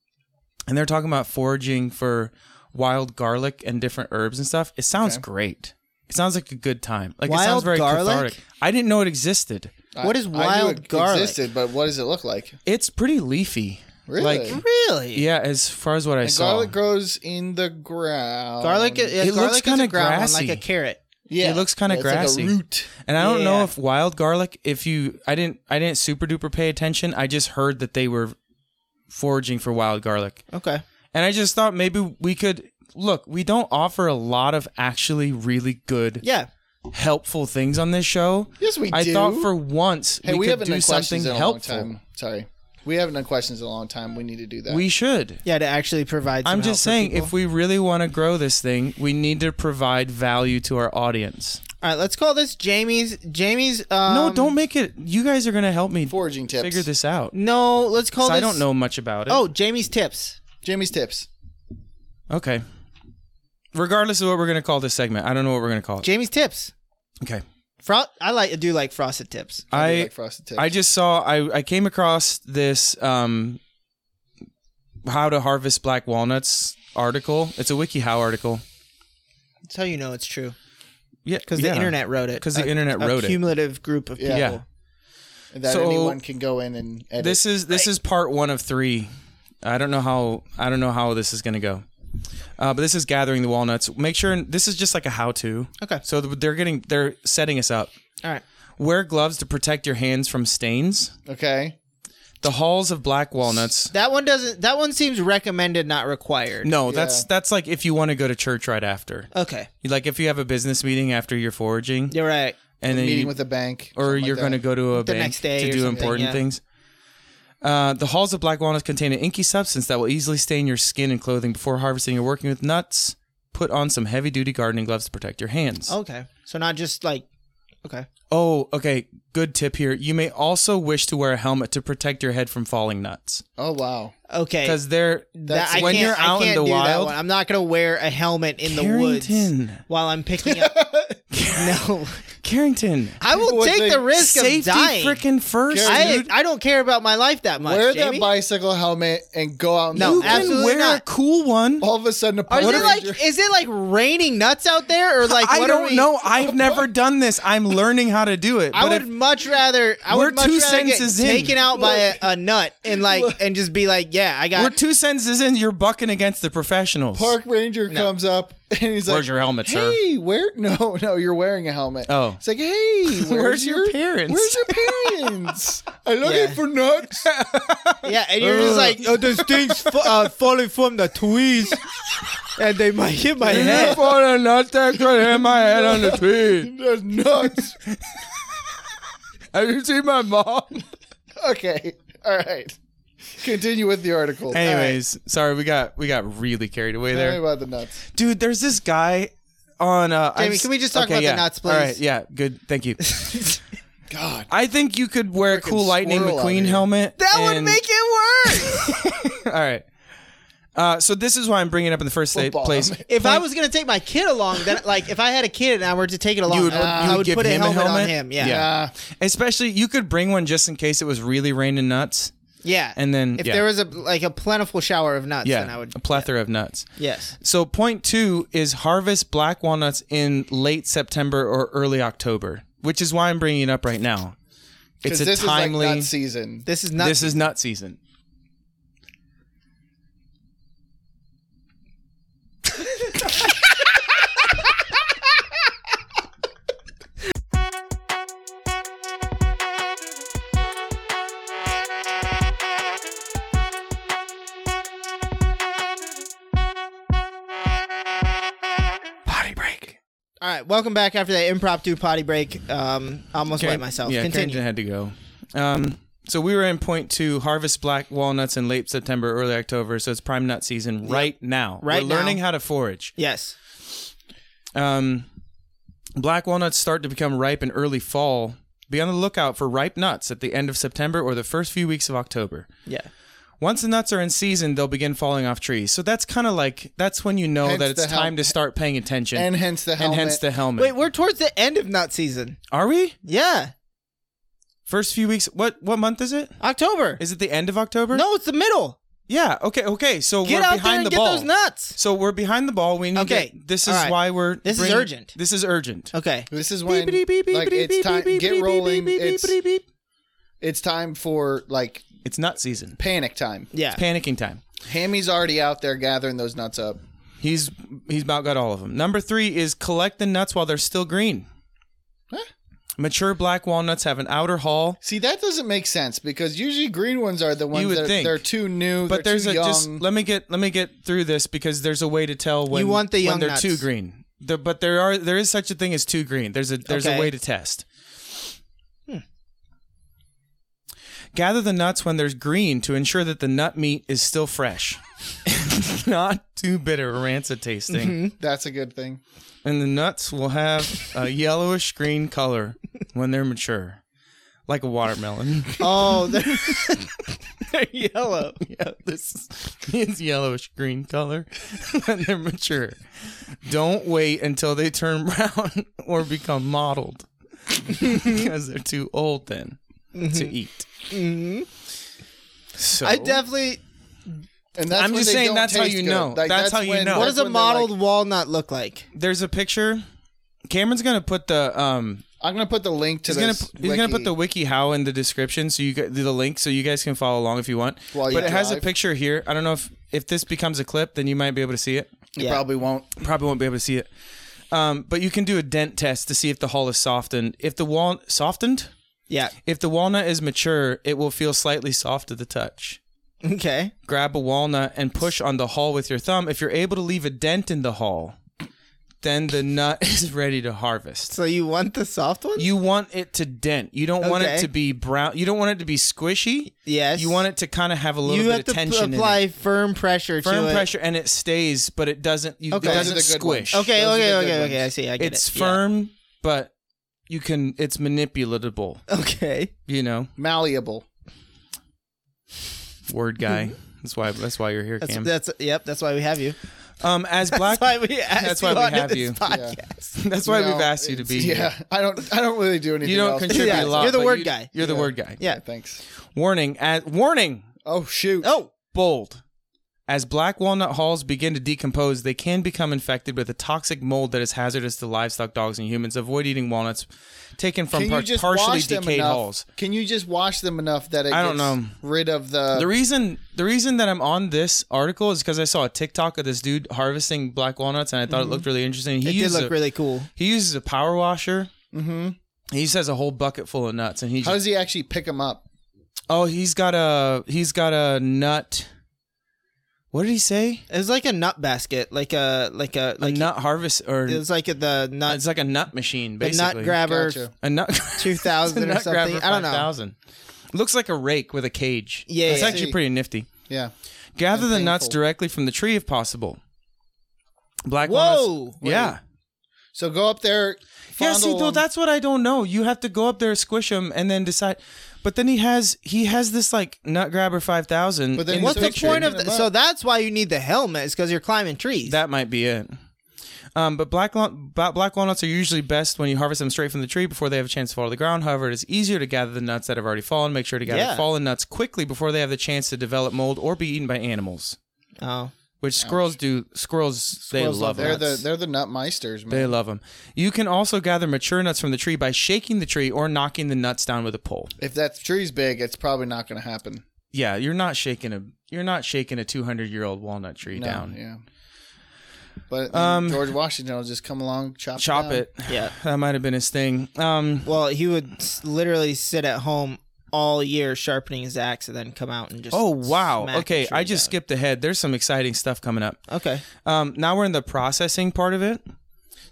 Speaker 2: and they're talking about foraging for wild garlic and different herbs and stuff. It sounds great. It sounds like a good time. Like it sounds
Speaker 3: Wild
Speaker 2: very
Speaker 3: garlic?
Speaker 2: cathartic. I didn't know it existed.
Speaker 1: I-
Speaker 3: what is
Speaker 1: I knew
Speaker 3: wild
Speaker 1: it
Speaker 3: garlic?
Speaker 1: Existed, but what does it look like?
Speaker 2: It's pretty leafy.
Speaker 1: Really?
Speaker 2: Like
Speaker 3: Really?
Speaker 2: yeah, as far as what I
Speaker 1: And
Speaker 2: saw,
Speaker 1: garlic grows in the ground.
Speaker 3: Garlic. Yeah,
Speaker 2: It looks
Speaker 3: garlic is
Speaker 2: kinda
Speaker 3: a ground one,
Speaker 2: grassy.
Speaker 3: like a carrot.
Speaker 1: Yeah,
Speaker 2: it looks kinda
Speaker 1: It's
Speaker 2: grassy.
Speaker 1: Like a root.
Speaker 2: and I don't
Speaker 3: yeah.
Speaker 2: know if wild garlic. If you, I didn't, I didn't super duper pay attention. I just heard that they were foraging for wild garlic.
Speaker 3: Okay.
Speaker 2: And I just thought maybe we could look, we don't offer a lot of actually really good,
Speaker 3: Yeah.
Speaker 2: helpful things on this show.
Speaker 1: Yes, we
Speaker 2: I
Speaker 1: do.
Speaker 2: thought for once
Speaker 1: hey,
Speaker 2: we,
Speaker 1: we,
Speaker 2: could
Speaker 1: haven't
Speaker 2: do
Speaker 1: done
Speaker 2: something
Speaker 1: questions in a
Speaker 2: helpful.
Speaker 1: long time. Sorry, we haven't done questions in a long time. We need to do that.
Speaker 2: We should.
Speaker 3: Yeah. To actually provide. Some
Speaker 2: I'm just saying, if we really want to grow this thing, we need to provide value to our audience.
Speaker 3: All right. Let's call this Jamie's. Jamie's. Um,
Speaker 2: no, don't make it. You guys are going to help me
Speaker 1: foraging tips.
Speaker 2: figure this out. 'Cause
Speaker 3: No. Let's call this.
Speaker 2: I don't know much about it.
Speaker 3: Oh, Jamie's tips.
Speaker 1: Jamie's tips.
Speaker 2: okay. Regardless of what we're going to call this segment, I don't know what we're going to call it.
Speaker 3: Jamie's tips.
Speaker 2: Okay.
Speaker 3: Fro- I like. I do like frosted tips.
Speaker 1: I, do
Speaker 2: I
Speaker 1: like frosted tips.
Speaker 2: I just saw I, I came across this um how to harvest black walnuts article. It's a WikiHow article.
Speaker 3: That's how you know it's true.
Speaker 2: Yeah,
Speaker 3: Because the internet wrote it.
Speaker 2: 'Cause the internet wrote it.
Speaker 3: a cumulative group of people.
Speaker 1: Yeah.
Speaker 2: Yeah.
Speaker 1: that
Speaker 2: so-
Speaker 1: anyone can go in and edit.
Speaker 2: This is this is part one of three. I don't know how I don't know how this is gonna go. Uh, but this is gathering the walnuts. Make sure this is just like a how to.
Speaker 3: Okay.
Speaker 2: So they're getting they're setting us up.
Speaker 3: All right.
Speaker 2: Wear gloves to protect your hands from stains.
Speaker 1: okay.
Speaker 2: The hulls of black walnuts.
Speaker 3: That one doesn't. That one seems recommended, not required.
Speaker 2: No, that's that's like if you want to go to church right after.
Speaker 3: Okay.
Speaker 2: Like if you have a business meeting after you're foraging.
Speaker 3: You're right.
Speaker 2: and then
Speaker 1: Meeting
Speaker 2: you,
Speaker 1: with the bank,
Speaker 2: or
Speaker 1: something like
Speaker 2: you're
Speaker 1: that.
Speaker 2: going to go to a
Speaker 3: The
Speaker 2: bank
Speaker 3: next day
Speaker 2: to
Speaker 3: or
Speaker 2: do
Speaker 3: something,
Speaker 2: important
Speaker 3: yeah.
Speaker 2: things. Uh, the hulls of black walnuts contain an inky substance that will easily stain your skin and clothing before harvesting or working with nuts. Put on some heavy duty gardening gloves to protect your hands. Oh.
Speaker 3: Okay. So not just like. Okay.
Speaker 2: okay. Good tip here. You may also wish to wear a helmet to protect your head from falling nuts.
Speaker 1: Oh wow.
Speaker 3: Okay.
Speaker 2: Because they're
Speaker 3: That- I
Speaker 2: when
Speaker 3: can't-
Speaker 2: you're
Speaker 3: I
Speaker 2: out in
Speaker 3: can't
Speaker 2: the
Speaker 3: do that
Speaker 2: wild-
Speaker 3: one. I'm not gonna wear a helmet in the
Speaker 2: Carrington.
Speaker 3: woods while I'm picking up. no,
Speaker 2: Carrington.
Speaker 3: I will
Speaker 1: Would
Speaker 3: take
Speaker 1: they-
Speaker 3: the risk
Speaker 2: Safety
Speaker 3: of dying.
Speaker 2: freaking first.
Speaker 3: I
Speaker 2: dude.
Speaker 3: I don't care about my life that much.
Speaker 1: Wear
Speaker 3: Jamie.
Speaker 1: that bicycle helmet and go out. in
Speaker 3: No,
Speaker 1: the
Speaker 2: you
Speaker 1: woods.
Speaker 2: can
Speaker 3: absolutely
Speaker 2: wear a
Speaker 3: not.
Speaker 2: cool one.
Speaker 1: All of a sudden, a
Speaker 3: Are
Speaker 1: Power
Speaker 3: it like?
Speaker 1: Ranger-
Speaker 3: Is it like raining nuts out there, or like?
Speaker 2: I
Speaker 3: what are
Speaker 2: don't
Speaker 3: we-
Speaker 2: know. I've never done this. I'm learning how to do it.
Speaker 3: I
Speaker 2: but
Speaker 3: would
Speaker 2: if-
Speaker 3: much rather. I
Speaker 2: We're
Speaker 3: would much
Speaker 2: two
Speaker 3: rather get
Speaker 2: sentences in.
Speaker 3: taken out by a, a nut and like and just be like, yeah, I got.
Speaker 2: We're two sentences in. You're bucking against the professionals.
Speaker 1: Park Ranger comes up and he's
Speaker 2: Where's
Speaker 1: like,
Speaker 2: your helmet, sir?
Speaker 1: Hey, where? No, no, you're wearing a helmet.
Speaker 2: Oh.
Speaker 1: it's like, hey, where's,
Speaker 2: Where's your parents?"
Speaker 1: Where's your parents? I'm looking
Speaker 3: Yeah.
Speaker 1: for nuts.
Speaker 3: Yeah, and you're
Speaker 2: Uh.
Speaker 3: just like, oh, those things fa- uh, falling from the trees, and they might hit my head.
Speaker 2: falling not that could hit my head on the tree.
Speaker 1: There's nuts.
Speaker 2: Have you seen my mom?
Speaker 1: okay, all right. Continue with the article.
Speaker 2: Anyways, sorry we got we got really carried away
Speaker 1: Tell me
Speaker 2: there,
Speaker 1: about the nuts.
Speaker 2: dude. There's this guy on. Uh,
Speaker 3: Jamie,
Speaker 2: I've-
Speaker 3: can we just talk
Speaker 2: okay,
Speaker 3: about the
Speaker 2: yeah.
Speaker 3: nuts,
Speaker 2: All
Speaker 3: please?
Speaker 2: right, yeah, good. Thank you.
Speaker 1: God,
Speaker 2: I think you could wear a cool
Speaker 1: Freaking
Speaker 2: Lightning
Speaker 1: squirrel out
Speaker 2: McQueen
Speaker 1: here.
Speaker 2: helmet.
Speaker 3: That would
Speaker 2: and-
Speaker 3: make it worse.
Speaker 2: All right. Uh, so this is why I'm bringing it up in the first sta-
Speaker 1: Football
Speaker 2: place.
Speaker 1: helmet.
Speaker 3: If I was gonna take my kid along, then like if I had a kid and I were to take it along,
Speaker 2: You would-
Speaker 3: I
Speaker 2: you
Speaker 3: I
Speaker 2: would
Speaker 3: would
Speaker 2: give
Speaker 3: put
Speaker 2: him a
Speaker 3: a helmet,
Speaker 2: helmet?
Speaker 3: on him. Yeah, yeah.
Speaker 2: Yeah.
Speaker 1: yeah.
Speaker 2: Especially, you could bring one just in case it was really raining nuts. And then,
Speaker 3: if
Speaker 2: yeah.
Speaker 3: there was a like a plentiful shower of nuts,
Speaker 2: yeah,
Speaker 3: then I would.
Speaker 2: a plethora of nuts.
Speaker 3: Yes.
Speaker 2: So point two is harvest black walnuts in late September or early October, which is why I'm bringing it up right now. It's
Speaker 1: 'Cause
Speaker 2: a
Speaker 1: this
Speaker 2: timely.
Speaker 1: is like nut season.
Speaker 3: This is not.
Speaker 2: this is nut season.
Speaker 3: All right, welcome back after that impromptu potty break. Um, almost wet myself.
Speaker 2: Yeah,
Speaker 3: Continue.
Speaker 2: Carrington had to go. Um, so we were in point two, harvest black walnuts in late September, early October. So it's prime nut season right now.
Speaker 3: Right
Speaker 2: we're
Speaker 3: now.
Speaker 2: learning how to forage.
Speaker 3: Yes.
Speaker 2: Um, black walnuts start to become ripe in early fall. Be on the lookout for ripe nuts at the end of September or the first few weeks of October.
Speaker 3: Yeah.
Speaker 2: Once the nuts are in season, they'll begin falling off trees. So that's kind of like that's when you know
Speaker 1: Hence
Speaker 2: that it's
Speaker 1: the hel-
Speaker 2: time to start paying attention.
Speaker 1: and hence the
Speaker 2: And
Speaker 1: helmet.
Speaker 2: hence the helmet.
Speaker 3: Wait, we're towards the end of nut season.
Speaker 2: are we?
Speaker 3: Yeah,
Speaker 2: First few weeks. What what month is it?
Speaker 3: October.
Speaker 2: Is it the end of October?
Speaker 3: No, it's the middle.
Speaker 2: Yeah. Okay. Okay. So
Speaker 3: Get
Speaker 2: we're
Speaker 3: out there
Speaker 2: behind
Speaker 3: and
Speaker 2: the
Speaker 3: get
Speaker 2: ball.
Speaker 3: those nuts.
Speaker 2: So we're behind the ball. We need.
Speaker 3: Okay.
Speaker 2: To, this is
Speaker 3: All right.
Speaker 2: why we're.
Speaker 3: This is urgent.
Speaker 2: This is urgent.
Speaker 3: Okay.
Speaker 1: This is when
Speaker 2: Beep, beep, beep,
Speaker 1: like
Speaker 2: beep,
Speaker 1: it's
Speaker 2: beep,
Speaker 1: time
Speaker 2: beep,
Speaker 1: get
Speaker 2: beep, beep,
Speaker 1: rolling.
Speaker 2: beep, beep,
Speaker 1: It's
Speaker 2: beep, beep.
Speaker 1: it's time for like
Speaker 2: It's nut season.
Speaker 1: panic time.
Speaker 3: Yeah.
Speaker 2: Panicking time.
Speaker 1: Hammy's already out there gathering those nuts up.
Speaker 2: He's he's about got all of them. Number three is collect the nuts while they're still green. Mature black walnuts have an outer hull,
Speaker 1: See, that doesn't make sense because usually green ones are the ones
Speaker 2: would
Speaker 1: that
Speaker 2: think.
Speaker 1: they're too new,
Speaker 2: but
Speaker 1: they're
Speaker 2: there's
Speaker 1: too
Speaker 2: a
Speaker 1: young.
Speaker 2: just let me get let me get through this because there's a way to tell when
Speaker 3: You want the young
Speaker 2: when they're
Speaker 3: nuts.
Speaker 2: too green. The, but there are there is such a thing as too green. There's a there's
Speaker 3: Okay.
Speaker 2: a way to test. Gather the nuts when there's green to ensure that the nut meat is still fresh, not too bitter or rancid tasting.
Speaker 3: Mm-hmm.
Speaker 1: That's a good thing.
Speaker 2: and the nuts will have a yellowish green color when they're mature, like a watermelon.
Speaker 3: Oh, they're,
Speaker 2: they're yellow. Yeah, this is yellowish green color when they're mature. Don't wait until they turn brown or become mottled because they're too old then to
Speaker 1: Mm-hmm.
Speaker 2: eat. So
Speaker 3: I definitely.
Speaker 1: And that's
Speaker 2: I'm
Speaker 1: when
Speaker 2: just
Speaker 1: they
Speaker 2: saying
Speaker 1: don't
Speaker 2: that's how
Speaker 1: taste
Speaker 2: you
Speaker 1: good.
Speaker 2: know.
Speaker 1: Like,
Speaker 2: That's how you
Speaker 1: when-
Speaker 2: know.
Speaker 3: What
Speaker 1: that's
Speaker 3: does a
Speaker 1: when they're like-
Speaker 3: mottled walnut look like?
Speaker 2: there's a picture. Cameron's gonna put the um
Speaker 1: I'm gonna put the link to
Speaker 2: He's gonna
Speaker 1: this.
Speaker 2: pu- he's gonna
Speaker 1: wiki.
Speaker 2: put the wiki how in the description so you get the link so you guys can follow along if you want.
Speaker 1: While you
Speaker 2: but it has a
Speaker 1: drive.
Speaker 2: picture here. I don't know if if this becomes a clip, then you might be able to see it.
Speaker 1: You
Speaker 3: Yeah.
Speaker 1: probably won't.
Speaker 2: Probably won't be able to see it. Um, but you can do a dent test to see if the hull is softened. If the wall softened,
Speaker 3: Yeah.
Speaker 2: if the walnut is mature, it will feel slightly soft to the touch.
Speaker 3: Okay.
Speaker 2: Grab a walnut and push on the hull with your thumb. If you're able to leave a dent in the hull, then the nut is ready to harvest.
Speaker 3: So you want the soft one?
Speaker 2: You want it to dent. You don't want it
Speaker 3: Okay.
Speaker 2: to be brown. You don't want it to be squishy.
Speaker 3: yes.
Speaker 2: You want it to kind of have a little
Speaker 3: You
Speaker 2: bit
Speaker 3: have
Speaker 2: of
Speaker 3: to p-
Speaker 2: tension.
Speaker 3: apply
Speaker 2: in it.
Speaker 3: firm pressure
Speaker 2: firm
Speaker 3: to
Speaker 2: pressure, and it stays, but it doesn't. You,
Speaker 3: Okay.
Speaker 2: It
Speaker 3: Those are
Speaker 2: doesn't
Speaker 1: the good ones.
Speaker 2: squish.
Speaker 3: it. Okay.
Speaker 1: Those are
Speaker 3: Okay.
Speaker 1: the good
Speaker 3: Okay. Okay.
Speaker 1: ones.
Speaker 3: I see. I get
Speaker 2: it's
Speaker 3: it. Yeah.
Speaker 2: firm, but you can. It's manipulatable.
Speaker 3: Okay.
Speaker 2: You know,
Speaker 1: Malleable.
Speaker 2: word guy. that's why. That's why you're here,
Speaker 3: That's
Speaker 2: Cam.
Speaker 3: that's yep. That's why we have you.
Speaker 2: um, as black.
Speaker 3: That's why we asked
Speaker 2: that's
Speaker 3: you
Speaker 2: why we
Speaker 3: onto
Speaker 2: have
Speaker 3: this
Speaker 2: you.
Speaker 3: Podcast.
Speaker 2: that's why
Speaker 1: You know,
Speaker 2: we've asked you to be.
Speaker 1: Yeah,
Speaker 2: Here.
Speaker 1: I don't. I don't really do anything.
Speaker 2: You don't
Speaker 1: else.
Speaker 2: contribute
Speaker 3: Yeah,
Speaker 2: a lot.
Speaker 3: you're the
Speaker 2: but
Speaker 3: word
Speaker 2: you-
Speaker 3: guy.
Speaker 2: You're the
Speaker 1: Yeah.
Speaker 2: word guy.
Speaker 3: Yeah.
Speaker 1: Thanks.
Speaker 2: Warning. At warning.
Speaker 1: Oh shoot.
Speaker 3: Oh.
Speaker 2: bold. As black walnut hulls begin to decompose, they can become infected with a toxic mold that is hazardous to livestock, dogs, and humans. Avoid eating walnuts taken from
Speaker 1: Can
Speaker 2: par-
Speaker 1: you just
Speaker 2: partially
Speaker 1: wash them
Speaker 2: decayed
Speaker 1: enough?
Speaker 2: hulls.
Speaker 1: Can you just wash them enough that it
Speaker 2: I don't
Speaker 1: gets
Speaker 2: know.
Speaker 1: rid of the?
Speaker 2: The reason the reason that I'm on this article is because I saw a TikTok of this dude harvesting black walnuts, and I thought it looked really interesting. He
Speaker 3: Mm-hmm. It did
Speaker 2: uses
Speaker 3: look
Speaker 2: a,
Speaker 3: really cool.
Speaker 2: he uses a power washer. Mm-hmm. He just has a whole bucket full of nuts, and he
Speaker 1: how
Speaker 2: just,
Speaker 1: does he actually pick them up?
Speaker 2: oh he's got a he's got a nut. What did he say?
Speaker 3: It was like a nut basket, like a like a
Speaker 2: A
Speaker 3: like
Speaker 2: nut harvest or
Speaker 3: it was like the nut
Speaker 2: It's like a nut machine,
Speaker 3: the
Speaker 2: basically.
Speaker 3: nut grabber
Speaker 1: Gotcha.
Speaker 2: A nut,
Speaker 3: two thousand or
Speaker 2: nut
Speaker 3: something.
Speaker 2: grabber.
Speaker 3: I don't know.
Speaker 2: 5000. Looks like a rake with a cage.
Speaker 3: Yeah,
Speaker 2: it's
Speaker 3: yeah.
Speaker 2: actually
Speaker 1: See.
Speaker 2: pretty nifty.
Speaker 1: Yeah.
Speaker 2: Gather the nuts
Speaker 1: painful.
Speaker 2: directly from the tree if possible. Black
Speaker 3: Whoa!
Speaker 2: walnuts- Yeah.
Speaker 1: So go up there.
Speaker 2: Yeah,
Speaker 1: Fondle
Speaker 2: see, though,
Speaker 1: 'em.
Speaker 2: that's what I don't know. You have to go up there, squish him, and then decide. But then he has he has this like nut grabber five thousand.
Speaker 1: But then
Speaker 2: in
Speaker 1: he's
Speaker 3: What's
Speaker 2: the
Speaker 3: the
Speaker 2: picture.
Speaker 3: point of
Speaker 1: Picking
Speaker 3: the,
Speaker 1: them up.
Speaker 3: so that's why you need the helmet is because you're climbing trees.
Speaker 2: That might be it. Um, but black, lon- ba- black walnuts are usually best when you harvest them straight from the tree before they have a chance to fall to the ground. However, it is easier to gather the nuts that have already fallen. Make sure to gather
Speaker 3: Yeah.
Speaker 2: fallen nuts quickly before they have the chance to develop mold or be eaten by animals,
Speaker 3: oh,
Speaker 2: which squirrels do. Squirrels, they
Speaker 3: Squirrels
Speaker 2: love
Speaker 3: love
Speaker 1: They're
Speaker 2: them.
Speaker 1: the they're the nut meisters, man.
Speaker 2: They love them. You can also gather mature nuts from the tree by shaking the tree or knocking the nuts down with a pole.
Speaker 1: if that tree's big, it's probably not going to happen.
Speaker 2: Yeah, you're not shaking a you're not shaking a 200 year old walnut tree
Speaker 1: No,
Speaker 2: down.
Speaker 1: Yeah. But
Speaker 2: Um,
Speaker 1: George Washington will just come along, chop
Speaker 2: Chop
Speaker 1: down.
Speaker 2: it.
Speaker 3: yeah.
Speaker 2: That might have been his thing. Um,
Speaker 3: Well, he would s- literally sit at home all year sharpening his axe and then come out and just.
Speaker 2: Oh wow!
Speaker 3: smack a
Speaker 2: Okay, I
Speaker 3: tree
Speaker 2: just
Speaker 3: down.
Speaker 2: skipped ahead. There's some exciting stuff coming up.
Speaker 3: Okay.
Speaker 2: Um, now we're in the processing part of it.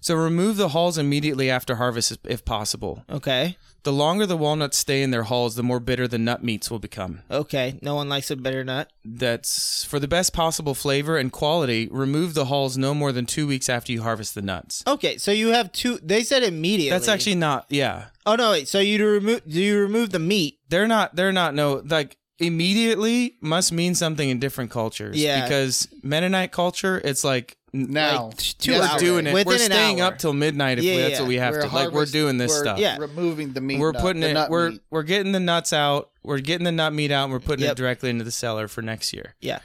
Speaker 2: So remove the hulls immediately after harvest if- if possible.
Speaker 3: Okay.
Speaker 2: The longer the walnuts stay in their hulls, the more bitter the nut meats will become.
Speaker 3: Okay. No one likes a bitter nut.
Speaker 2: That's for the best possible flavor and quality, remove the hulls no more than 2 weeks after you harvest the nuts.
Speaker 3: Okay, so you have two. They said immediately.
Speaker 2: That's actually not yeah.
Speaker 3: Oh no! Wait. So you do remove? Do you remove the meat?
Speaker 2: They're not they're not no like immediately must mean something in different cultures
Speaker 3: Yeah.
Speaker 2: because Mennonite culture it's like n-
Speaker 1: Now,
Speaker 3: Like, t- two
Speaker 1: Yes,
Speaker 2: we're
Speaker 3: hours.
Speaker 2: doing it.
Speaker 3: Within
Speaker 2: we're
Speaker 3: an
Speaker 2: staying
Speaker 3: hour.
Speaker 2: up till midnight if
Speaker 3: Yeah,
Speaker 2: we, that's
Speaker 3: yeah.
Speaker 2: what we have to. Like we're
Speaker 1: harvest-
Speaker 2: doing this
Speaker 1: we're
Speaker 2: stuff.
Speaker 3: Yeah.
Speaker 1: removing the meat.
Speaker 2: We're
Speaker 1: nut,
Speaker 2: putting
Speaker 1: the
Speaker 2: it.
Speaker 1: nut
Speaker 2: we're
Speaker 1: meat.
Speaker 2: we're getting the nuts out. We're getting the nut meat out. and We're putting
Speaker 3: Yep.
Speaker 2: it directly into the cellar for next year.
Speaker 3: Yeah.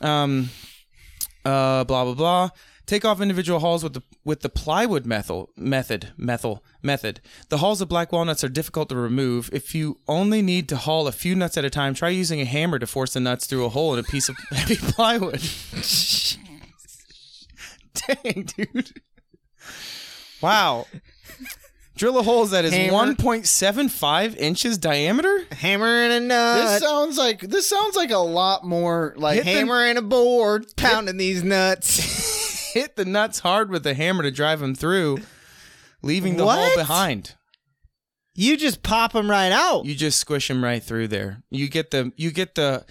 Speaker 2: Um. Uh. Blah blah blah. Take off individual hulls with the with the plywood methyl method methyl method. The hulls of black walnuts are difficult to remove. If you only need to haul a few nuts at a time, try using a hammer to force the nuts through a hole in a piece of heavy plywood. Dang, dude. Wow. Drill a hole that is
Speaker 3: Hammer.
Speaker 2: 1.75 inches diameter?
Speaker 3: Hammer and a
Speaker 1: This
Speaker 3: nut.
Speaker 1: sounds like this sounds like a lot more like
Speaker 3: hammer and a board. Pounding these nuts.
Speaker 2: Hit the nuts hard with the hammer to drive them through, leaving the hole
Speaker 3: What?
Speaker 2: behind.
Speaker 3: you just pop them right out.
Speaker 2: You just squish them right through there. You get the you get the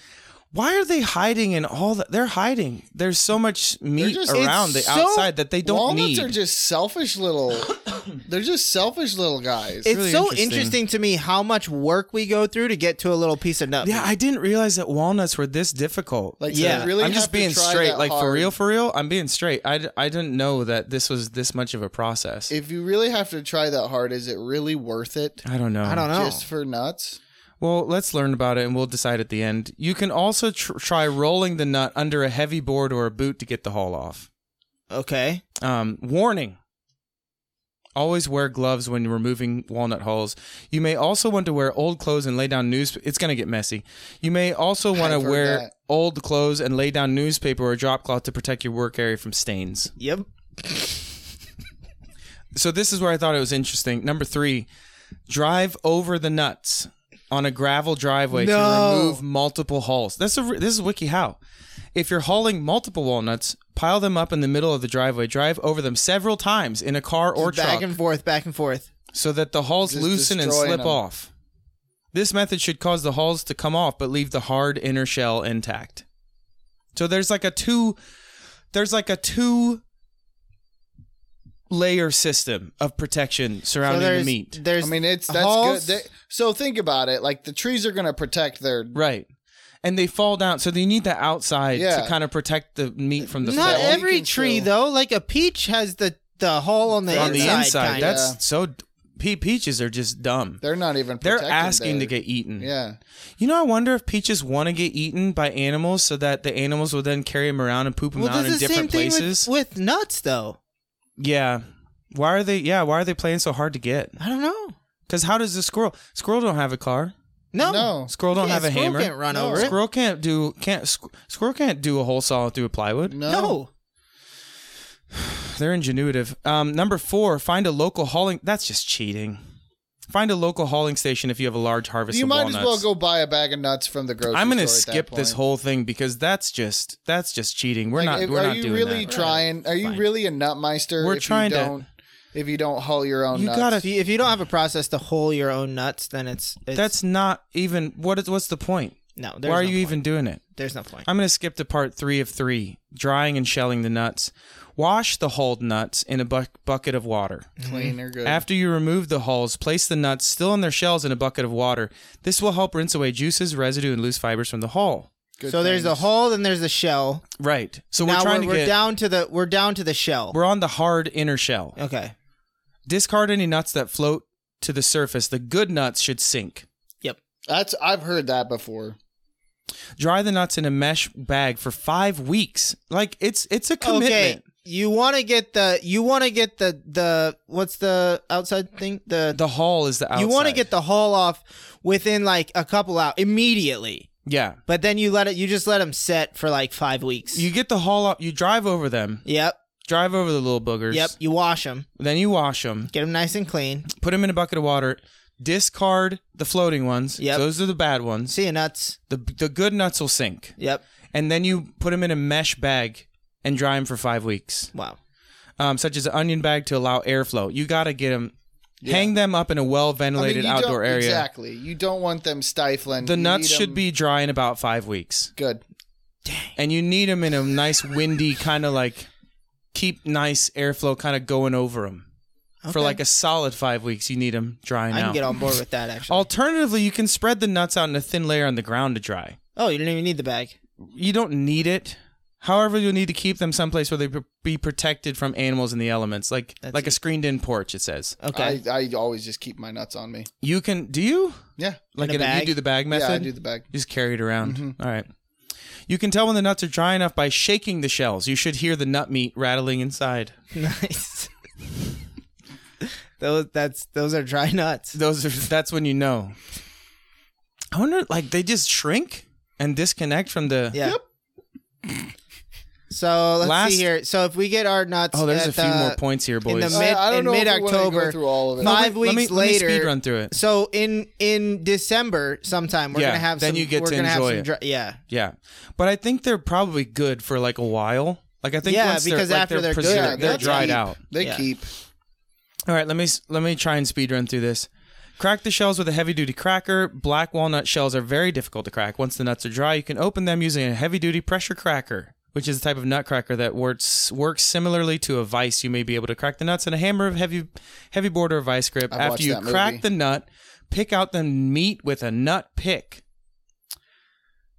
Speaker 2: why are they hiding in all that? They're hiding. There's so much meat
Speaker 1: just-
Speaker 2: around the
Speaker 3: it's so-
Speaker 2: outside that they don't
Speaker 1: walnuts
Speaker 2: need.
Speaker 1: are just selfish little. they're just selfish little guys.
Speaker 3: it's
Speaker 2: really
Speaker 3: so
Speaker 2: interesting.
Speaker 3: interesting. to me how much work we go through to get to a little piece of nut.
Speaker 2: yeah,
Speaker 3: meat.
Speaker 2: I didn't realize that walnuts were this difficult.
Speaker 1: like
Speaker 3: yeah.
Speaker 1: they really
Speaker 2: I'm just
Speaker 1: have to
Speaker 2: being
Speaker 1: try
Speaker 2: straight,
Speaker 1: that
Speaker 2: like for
Speaker 1: hard.
Speaker 2: real, for real. I'm being straight. I, d- I didn't know that this was this much of a process.
Speaker 1: If you really have to try that hard, is it really worth it?
Speaker 2: I don't know.
Speaker 3: I don't know.
Speaker 1: Just for nuts?
Speaker 2: Well, let's learn about it and we'll decide at the end. You can also tr- try rolling the nut under a heavy board or a boot to get the haul off.
Speaker 3: Okay.
Speaker 2: Um, warning. Always wear gloves when removing walnut hulls. You may also want to wear old clothes and lay down news. It's going to get messy. You may also want to
Speaker 1: I've heard
Speaker 2: wear
Speaker 1: that.
Speaker 2: old clothes and lay down newspaper or drop cloth to protect your work area from stains.
Speaker 3: Yep.
Speaker 2: so this is where I thought it was interesting. Number three, drive over the nuts on a gravel driveway
Speaker 3: No.
Speaker 2: to remove multiple hauls. That's a this is WikiHow. If you're hauling multiple walnuts, pile them up in the middle of the driveway. Drive over them several times in a car or
Speaker 3: back
Speaker 2: truck
Speaker 3: and forth, back and forth.
Speaker 2: so that the hulls
Speaker 1: Just
Speaker 2: loosen and
Speaker 1: destroying
Speaker 2: slip
Speaker 1: them.
Speaker 2: off. This method should cause the hulls to come off but leave the hard inner shell intact. So there's like a two there's like a two layer system of protection
Speaker 3: So
Speaker 2: surrounding the
Speaker 3: there's,
Speaker 2: meat.
Speaker 3: there's.
Speaker 1: I mean, it's that's
Speaker 3: hulls.
Speaker 1: good. They, so think about it. Like the trees are going to protect their.
Speaker 2: Right. And they fall down so you need the outside
Speaker 1: Yeah.
Speaker 2: to kind of protect the meat from the
Speaker 3: not
Speaker 1: fall.
Speaker 2: fall.
Speaker 1: You
Speaker 3: every
Speaker 1: can
Speaker 3: tree
Speaker 1: still-
Speaker 3: though. Like a peach has the the hole on the
Speaker 2: on
Speaker 3: inside.
Speaker 2: the inside.
Speaker 3: kinda.
Speaker 2: That's
Speaker 1: Yeah.
Speaker 2: so pe- peaches are just dumb.
Speaker 1: They're not even.
Speaker 2: They're
Speaker 1: protecting
Speaker 2: asking
Speaker 1: their-
Speaker 2: to get eaten.
Speaker 1: Yeah.
Speaker 2: You know, I wonder if peaches want to get eaten by animals so that the animals will then carry them around and poop them
Speaker 3: well,
Speaker 2: out
Speaker 3: that's
Speaker 2: in
Speaker 3: the
Speaker 2: different
Speaker 3: same thing
Speaker 2: places.
Speaker 3: with, with nuts though.
Speaker 2: yeah. Why are they? Yeah. Why are they playing so hard to get?
Speaker 3: I don't know.
Speaker 2: Because how does the squirrel? Squirrel don't have a car.
Speaker 3: No.
Speaker 1: No.
Speaker 2: Squirrel don't
Speaker 3: Yeah,
Speaker 2: have a
Speaker 3: squirrel
Speaker 2: hammer.
Speaker 3: can't run over it.
Speaker 2: Squirrel can't do can't squ- squirrel can't do a hole saw through a plywood.
Speaker 1: No.
Speaker 3: No.
Speaker 2: They're ingenuitive. Um, number four, find a local hauling. That's just cheating. Find a local hauling station if you have a large harvest.
Speaker 1: You
Speaker 2: of
Speaker 1: might as
Speaker 2: walnuts.
Speaker 1: well go buy a bag of nuts from the grocery.
Speaker 2: I'm
Speaker 1: going to
Speaker 2: gonna skip this whole thing because that's just that's just cheating. We're
Speaker 1: Like,
Speaker 2: not
Speaker 1: if-
Speaker 2: we're
Speaker 1: are
Speaker 2: not
Speaker 1: you
Speaker 2: doing
Speaker 1: really
Speaker 2: that.
Speaker 1: trying? Are you
Speaker 2: Fine.
Speaker 1: really a nutmeister?
Speaker 2: We're
Speaker 1: if
Speaker 2: trying
Speaker 1: you
Speaker 2: to-
Speaker 1: don't, If you don't haul your own,
Speaker 2: You
Speaker 1: nuts?
Speaker 2: gotta-
Speaker 3: If you, if you don't have a process to hole your own nuts, then it's, it's
Speaker 2: That's not even what is what's the point?
Speaker 3: no.
Speaker 2: Why are you
Speaker 3: no point.
Speaker 2: even doing it?
Speaker 3: There's no point.
Speaker 2: I'm going to skip to part 3 of 3, drying and shelling the nuts. Wash the hulled nuts in a buck bucket of water.
Speaker 1: clean or good.
Speaker 2: After you remove the hulls, place the nuts still in their shells in a bucket of water. This will help rinse away juices, residue, and loose fibers from the hull.
Speaker 1: Good
Speaker 3: so there's the
Speaker 1: things.
Speaker 3: hole, then there's the shell.
Speaker 2: Right. So we're
Speaker 3: now
Speaker 2: trying
Speaker 3: we're,
Speaker 2: to
Speaker 3: we're
Speaker 2: get
Speaker 3: down to the we're down to the shell.
Speaker 2: we're on the hard inner shell.
Speaker 3: okay.
Speaker 2: Discard any nuts that float to the surface. The good nuts should sink.
Speaker 1: That's I've heard that before.
Speaker 2: Dry the nuts in a mesh bag for 5 weeks. Like it's it's a commitment.
Speaker 3: Okay. You want to get the you want to get the the what's the outside thing the,
Speaker 2: The hull is the outside.
Speaker 3: you want to get the hull off within like a couple out immediately,
Speaker 2: yeah.
Speaker 3: but then you let it you just let them set for like five weeks.
Speaker 2: You get the hull up. You drive over them.
Speaker 3: yep,
Speaker 2: Drive over the little boogers.
Speaker 3: yep. You wash them,
Speaker 2: Then you wash them.
Speaker 3: get them nice and clean.
Speaker 2: Put them in a bucket of water. Discard the floating ones.
Speaker 3: Yep.
Speaker 2: Those are the bad ones.
Speaker 3: See you nuts.
Speaker 2: The the good nuts will sink.
Speaker 3: Yep.
Speaker 2: And then you put them in a mesh bag and dry them for five weeks.
Speaker 3: Wow.
Speaker 2: um, such as an onion bag to allow airflow. You got to get them, hang them up in a well
Speaker 1: I mean,
Speaker 2: ventilated
Speaker 1: you
Speaker 2: outdoor
Speaker 1: don't-
Speaker 2: area.
Speaker 1: Exactly. You don't want them stifling.
Speaker 2: The
Speaker 1: You
Speaker 2: nuts
Speaker 1: need
Speaker 2: should
Speaker 1: 'em
Speaker 2: be dry in about five weeks,
Speaker 1: good.
Speaker 2: and you need them in a nice, windy kind of like keep nice airflow kind of going over them for
Speaker 3: Okay.
Speaker 2: like a solid five weeks. You need them drying
Speaker 3: I
Speaker 2: out.
Speaker 3: can get on board with that actually.
Speaker 2: Alternatively, you can spread the nuts out in a thin layer on the ground to dry.
Speaker 3: oh, you don't even need the bag.
Speaker 2: You don't need it. However, you'll need to keep them someplace where they pr- be protected from animals and the elements, like
Speaker 3: That's
Speaker 2: like
Speaker 3: it. Oh.
Speaker 2: a screened-in porch. It says
Speaker 3: Okay.
Speaker 1: I, I always just keep my nuts on me.
Speaker 2: you can. Do you
Speaker 1: Yeah.
Speaker 2: like
Speaker 3: a
Speaker 2: in a-
Speaker 3: bag?
Speaker 2: you do the bag method?
Speaker 1: Yeah, I do the bag.
Speaker 2: You just carry it around.
Speaker 3: Mm-hmm.
Speaker 2: All right. You can tell when the nuts are dry enough by shaking the shells. You should hear the nut meat rattling inside.
Speaker 3: nice. those that's those are dry nuts.
Speaker 2: Those are that's when you know. I wonder like they just shrink and disconnect from the
Speaker 3: Yeah. So let's
Speaker 2: Last-
Speaker 3: see here. So if we get our nuts,
Speaker 2: Oh, there's
Speaker 3: at uh,
Speaker 2: a few
Speaker 3: the-
Speaker 2: more points here, boys.
Speaker 3: the
Speaker 1: I-
Speaker 3: mid-
Speaker 1: I don't
Speaker 3: in
Speaker 1: know if we wanna go
Speaker 3: mid-October,
Speaker 1: through all of it.
Speaker 3: No, five
Speaker 2: Let me-
Speaker 3: weeks
Speaker 2: let me
Speaker 3: later-
Speaker 2: speed run through it.
Speaker 3: So in in December sometime we're
Speaker 2: Yeah,
Speaker 3: gonna have
Speaker 2: then
Speaker 3: some.
Speaker 2: you get
Speaker 3: we're
Speaker 2: to
Speaker 3: gonna have
Speaker 2: enjoy
Speaker 3: some
Speaker 2: it.
Speaker 3: Dry, yeah.
Speaker 2: Yeah, but I think they're probably good for like a while. Like I think
Speaker 3: Yeah,
Speaker 2: once
Speaker 3: because
Speaker 2: they're, like,
Speaker 3: after
Speaker 2: they're,
Speaker 3: they're good,
Speaker 2: preserved-
Speaker 3: Yeah,
Speaker 2: they're
Speaker 1: they
Speaker 2: dried
Speaker 1: keep.
Speaker 2: out.
Speaker 1: They
Speaker 3: Yeah.
Speaker 1: keep.
Speaker 2: All right, let me s- let me try and speed run through this. Crack the shells with a heavy duty cracker. Black walnut shells are very difficult to crack. Once the nuts are dry, you can open them using a heavy duty pressure cracker, which is a type of nut cracker that works works similarly to a vise. You may be able to crack the nuts in a hammer of heavy heavy board or vice grip.
Speaker 1: I've watched
Speaker 2: After you
Speaker 1: that
Speaker 2: crack
Speaker 1: movie.
Speaker 2: the nut, pick out the meat with a nut pick.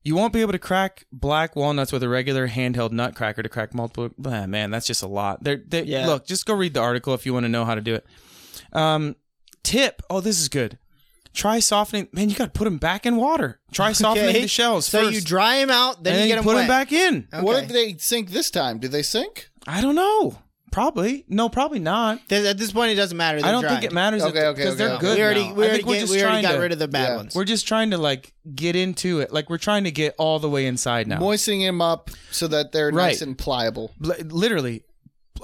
Speaker 2: You won't be able to crack black walnuts with a regular handheld nut cracker to crack multiple. Ah, man, that's just a lot. They're, they
Speaker 3: Yeah.
Speaker 2: Look, just go read the article if you want to know how to do it. Um, tip. Oh, this is good. Try softening. Man, you got to put them back in water. Try softening
Speaker 3: Okay?
Speaker 2: the shells
Speaker 3: So
Speaker 2: first.
Speaker 3: you dry them out, then
Speaker 2: and
Speaker 3: you get
Speaker 2: you
Speaker 3: them
Speaker 2: put
Speaker 3: wet. Oh.
Speaker 2: them back in.
Speaker 3: Okay.
Speaker 1: What did they sink this time? Did they sink?
Speaker 2: I don't know. Probably. No, probably not.
Speaker 3: Th- at this point, it doesn't matter. They're
Speaker 2: I don't
Speaker 3: dry.
Speaker 2: think it matters.
Speaker 1: Okay, okay,
Speaker 2: Because
Speaker 1: okay,
Speaker 2: they're
Speaker 1: okay.
Speaker 2: good.
Speaker 3: We already
Speaker 2: now.
Speaker 3: we
Speaker 2: I
Speaker 3: already,
Speaker 2: think we're
Speaker 3: get,
Speaker 2: just
Speaker 3: we already
Speaker 2: trying
Speaker 3: got
Speaker 2: to-
Speaker 3: rid of the bad
Speaker 1: Yeah.
Speaker 3: ones.
Speaker 2: We're just trying to like get into it. Like we're trying to get all the way inside now.
Speaker 1: Moistening them up so that they're
Speaker 2: Oh. Right.
Speaker 1: nice and pliable.
Speaker 2: Li- literally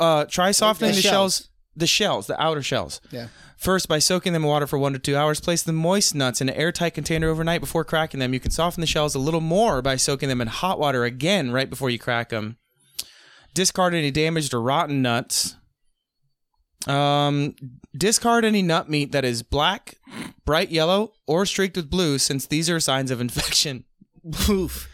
Speaker 2: uh, try softening
Speaker 3: the
Speaker 2: the,
Speaker 3: shells.
Speaker 2: shells. the shells the outer shells
Speaker 1: Yeah.
Speaker 2: first by soaking them in water for one to two hours place the moist nuts in an airtight container overnight before cracking them you can soften the shells a little more by soaking them in hot water again right before you crack them discard any damaged or rotten nuts um, discard any nut meat that is black bright yellow or streaked with blue since these are signs of infection
Speaker 3: Poof.